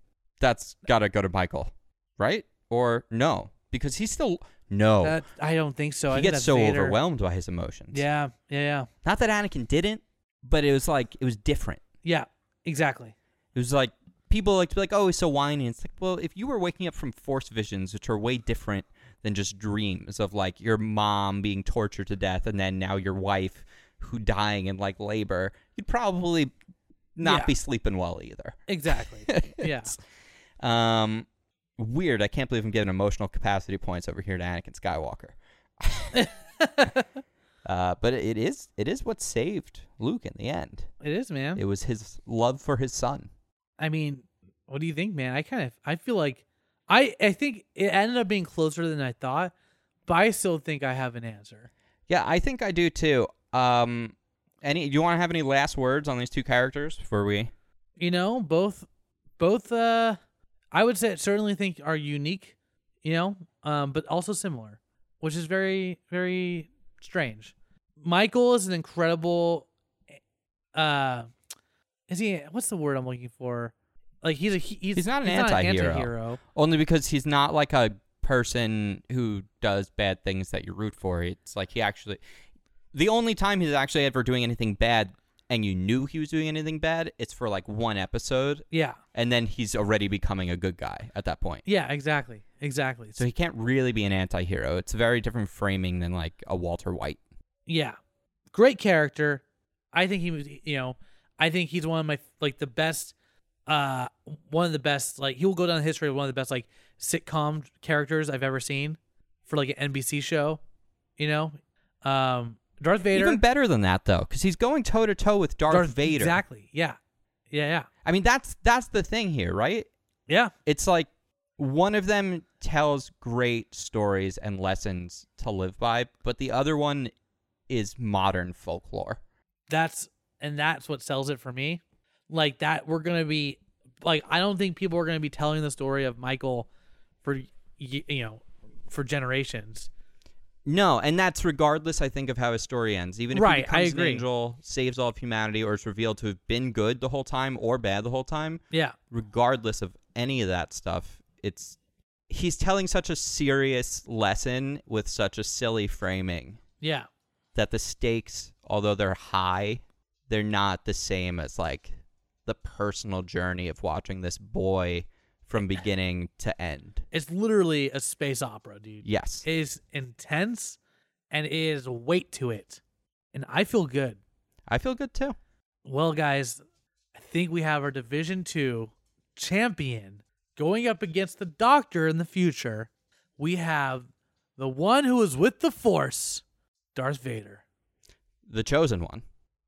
[SPEAKER 2] That's gotta go to Michael, right? Or no, because he's still no.
[SPEAKER 1] That, I don't think so. Uh, I
[SPEAKER 2] Oh. he
[SPEAKER 1] think
[SPEAKER 2] gets
[SPEAKER 1] that's
[SPEAKER 2] so
[SPEAKER 1] Vader.
[SPEAKER 2] overwhelmed by his emotions.
[SPEAKER 1] Yeah. Yeah. Yeah.
[SPEAKER 2] Not that Anakin didn't, but it was like it was different.
[SPEAKER 1] Yeah. Exactly.
[SPEAKER 2] It was like people like to be like, "Oh, he's so whiny." It's like, well, if you were waking up from force visions, which are way different than just dreams of like your mom being tortured to death and then now your wife who dying in like labor, you'd probably not
[SPEAKER 1] Yeah.
[SPEAKER 2] be sleeping well either.
[SPEAKER 1] Exactly. yeah.
[SPEAKER 2] Um, weird. I can't believe I'm giving emotional capacity points over here to Anakin Skywalker. uh, but it is it is what saved Luke in the end.
[SPEAKER 1] It is, man.
[SPEAKER 2] It was his love for his son.
[SPEAKER 1] I mean, what do you think, man? I kind of I feel like I I think it ended up being closer than I thought, but I still think I have an answer.
[SPEAKER 2] Yeah, I think I do too. Um, any do you want to have any last words on these two characters before we?
[SPEAKER 1] You know, both both uh I would say certainly think are unique, you know, um but also similar, which is very very strange. Michael is an incredible uh is he what's the word I'm looking for? Like he's a he- he's,
[SPEAKER 2] He's not an
[SPEAKER 1] anti-hero.
[SPEAKER 2] anti-hero. Only because he's not like a person who does bad things that you root for. It's like he actually the only time he's actually ever doing anything bad and you knew he was doing anything bad, it's for like one episode
[SPEAKER 1] Yeah.
[SPEAKER 2] and then he's already becoming a good guy at that point.
[SPEAKER 1] Yeah, exactly. Exactly.
[SPEAKER 2] So he can't really be an anti-hero. It's a very different framing than like a Walter White.
[SPEAKER 1] Yeah. Great character. I think he was, you know, I think he's one of my, like, the best, uh, one of the best, like, he will go down in history of one of the best, like, sitcom characters I've ever seen for, like, an NBC show, you know? Um, Darth Vader.
[SPEAKER 2] Even better than that though, cuz he's going toe to toe with Darth, Vader.
[SPEAKER 1] Exactly. Yeah. Yeah. Yeah.
[SPEAKER 2] I mean that's that's the thing here, right?
[SPEAKER 1] Yeah.
[SPEAKER 2] it's like one of them tells great stories and lessons to live by, but the other one is modern folklore.
[SPEAKER 1] that's and that's what sells it for me like that we're gonna be like i don't think people are gonna be telling the story of michael for y- you know for generations
[SPEAKER 2] No, and that's regardless, I think, of how his story ends. Even if
[SPEAKER 1] Right, I
[SPEAKER 2] he becomes
[SPEAKER 1] agree.
[SPEAKER 2] an angel, saves all of humanity, or is revealed to have been good the whole time or bad the whole time,
[SPEAKER 1] yeah
[SPEAKER 2] regardless of any of that stuff, it's he's telling such a serious lesson with such a silly framing.
[SPEAKER 1] yeah
[SPEAKER 2] that the stakes, although they're high, they're not the same as like the personal journey of watching this boy from beginning to end.
[SPEAKER 1] it's literally a space opera dude
[SPEAKER 2] Yes.
[SPEAKER 1] it is intense and it is weight to it and i feel good
[SPEAKER 2] I feel good too.
[SPEAKER 1] well guys i think we have our division two champion going up against the Doctor in the future, we have the one who is with the Force, Darth Vader.
[SPEAKER 2] The chosen one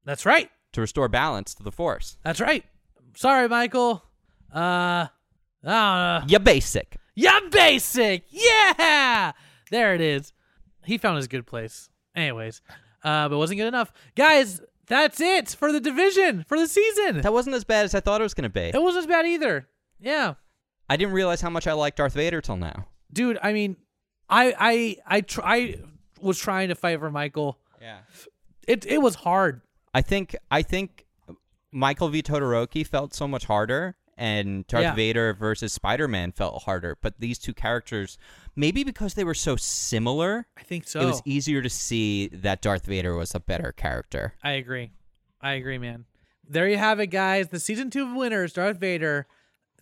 [SPEAKER 1] That's right.
[SPEAKER 2] to restore balance to the force.
[SPEAKER 1] That's right. Sorry, Michael. Uh, I don't know.
[SPEAKER 2] You basic.
[SPEAKER 1] Yeah, basic. Yeah, there it is. He found his good place. Anyways, uh, but wasn't good enough, guys. That's it for the division for the season.
[SPEAKER 2] That wasn't as bad as I thought it was going to be.
[SPEAKER 1] It wasn't as bad either. Yeah,
[SPEAKER 2] I didn't realize how much I liked Darth Vader till now.
[SPEAKER 1] dude. I mean, I I I tr- I was trying to fight for Michael.
[SPEAKER 2] Yeah.
[SPEAKER 1] It it was hard.
[SPEAKER 2] I think I think Michael V Todoroki felt so much harder, and Darth
[SPEAKER 1] Yeah.
[SPEAKER 2] Vader versus Spider Man felt harder. But these two characters, maybe because they were so similar,
[SPEAKER 1] I think so.
[SPEAKER 2] it was e- easier to see that Darth Vader was a better character.
[SPEAKER 1] I agree. I agree, man. There you have it, guys. The season two of Winners, Darth Vader.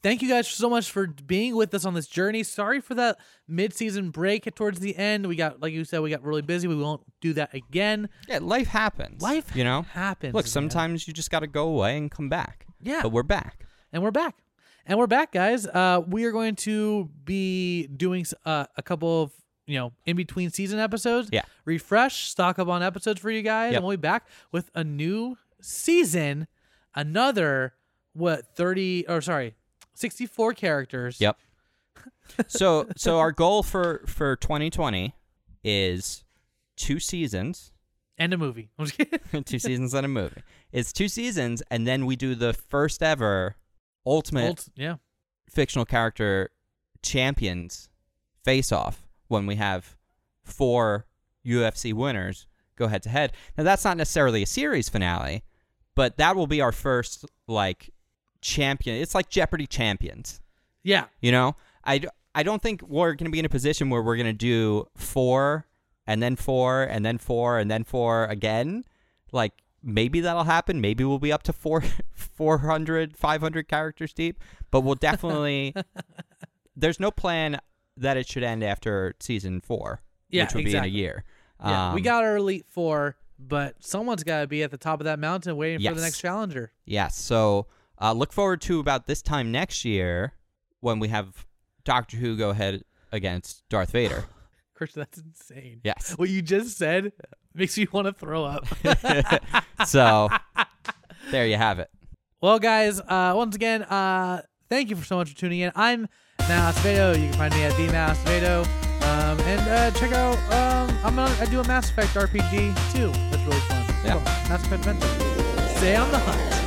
[SPEAKER 1] Thank you guys so much for being with us on this journey. Sorry for that mid-season break towards the end. We got, like you said, we got really busy. We won't do that again.
[SPEAKER 2] Yeah, life happens.
[SPEAKER 1] Life,
[SPEAKER 2] you know.
[SPEAKER 1] happens.
[SPEAKER 2] Look,
[SPEAKER 1] man.
[SPEAKER 2] sometimes you just got to go away and come back.
[SPEAKER 1] Yeah.
[SPEAKER 2] But we're back.
[SPEAKER 1] and we're back and we're back guys uh we are going to be doing s- uh, a couple of you know in between season episodes
[SPEAKER 2] Yeah.
[SPEAKER 1] refresh stock up on episodes for you guys
[SPEAKER 2] Yep.
[SPEAKER 1] and we'll be back with a new season another what 30 or sorry 64 characters
[SPEAKER 2] Yep. so so our goal for for 2020 is two seasons.
[SPEAKER 1] and a movie I'm just kidding.
[SPEAKER 2] two seasons and a movie. It's two seasons, and then we do the first ever ultimate
[SPEAKER 1] Old- yeah
[SPEAKER 2] fictional character champions face off when we have four UFC winners go head to head. Now that's not necessarily a series finale, but that will be our first like champion. It's like Jeopardy champions.
[SPEAKER 1] yeah
[SPEAKER 2] You know, I, d- I don't think we're going to be in a position where we're going to do four and then four and then four and then four again. Like maybe that'll happen. Maybe we'll be up to four, 400, 500 characters deep, but we'll definitely, there's no plan that it should end after season four,
[SPEAKER 1] Yeah,
[SPEAKER 2] which would
[SPEAKER 1] exactly.
[SPEAKER 2] be in a year.
[SPEAKER 1] yeah we
[SPEAKER 2] Um,
[SPEAKER 1] got our elite four but someone's got to be at the top of that mountain waiting for the
[SPEAKER 2] Yes.
[SPEAKER 1] next challenger
[SPEAKER 2] Yes. So uh, look forward to about this time next year when we have Doctor Who go head against Darth Vader.
[SPEAKER 1] christian that's insane
[SPEAKER 2] Yes.
[SPEAKER 1] what you just said makes me want to throw up
[SPEAKER 2] so there you have it.
[SPEAKER 1] Well, guys, uh, once again, uh, thank you for so much for tuning in. I'm Matt Acevedo. You can find me at the Matt Acevedo. Um, and uh, check out, um, I'm on, I do a Mass Effect RPG too. That's really fun.
[SPEAKER 2] Yeah.
[SPEAKER 1] Cool. Mass Effect Adventure. Stay on the hunt.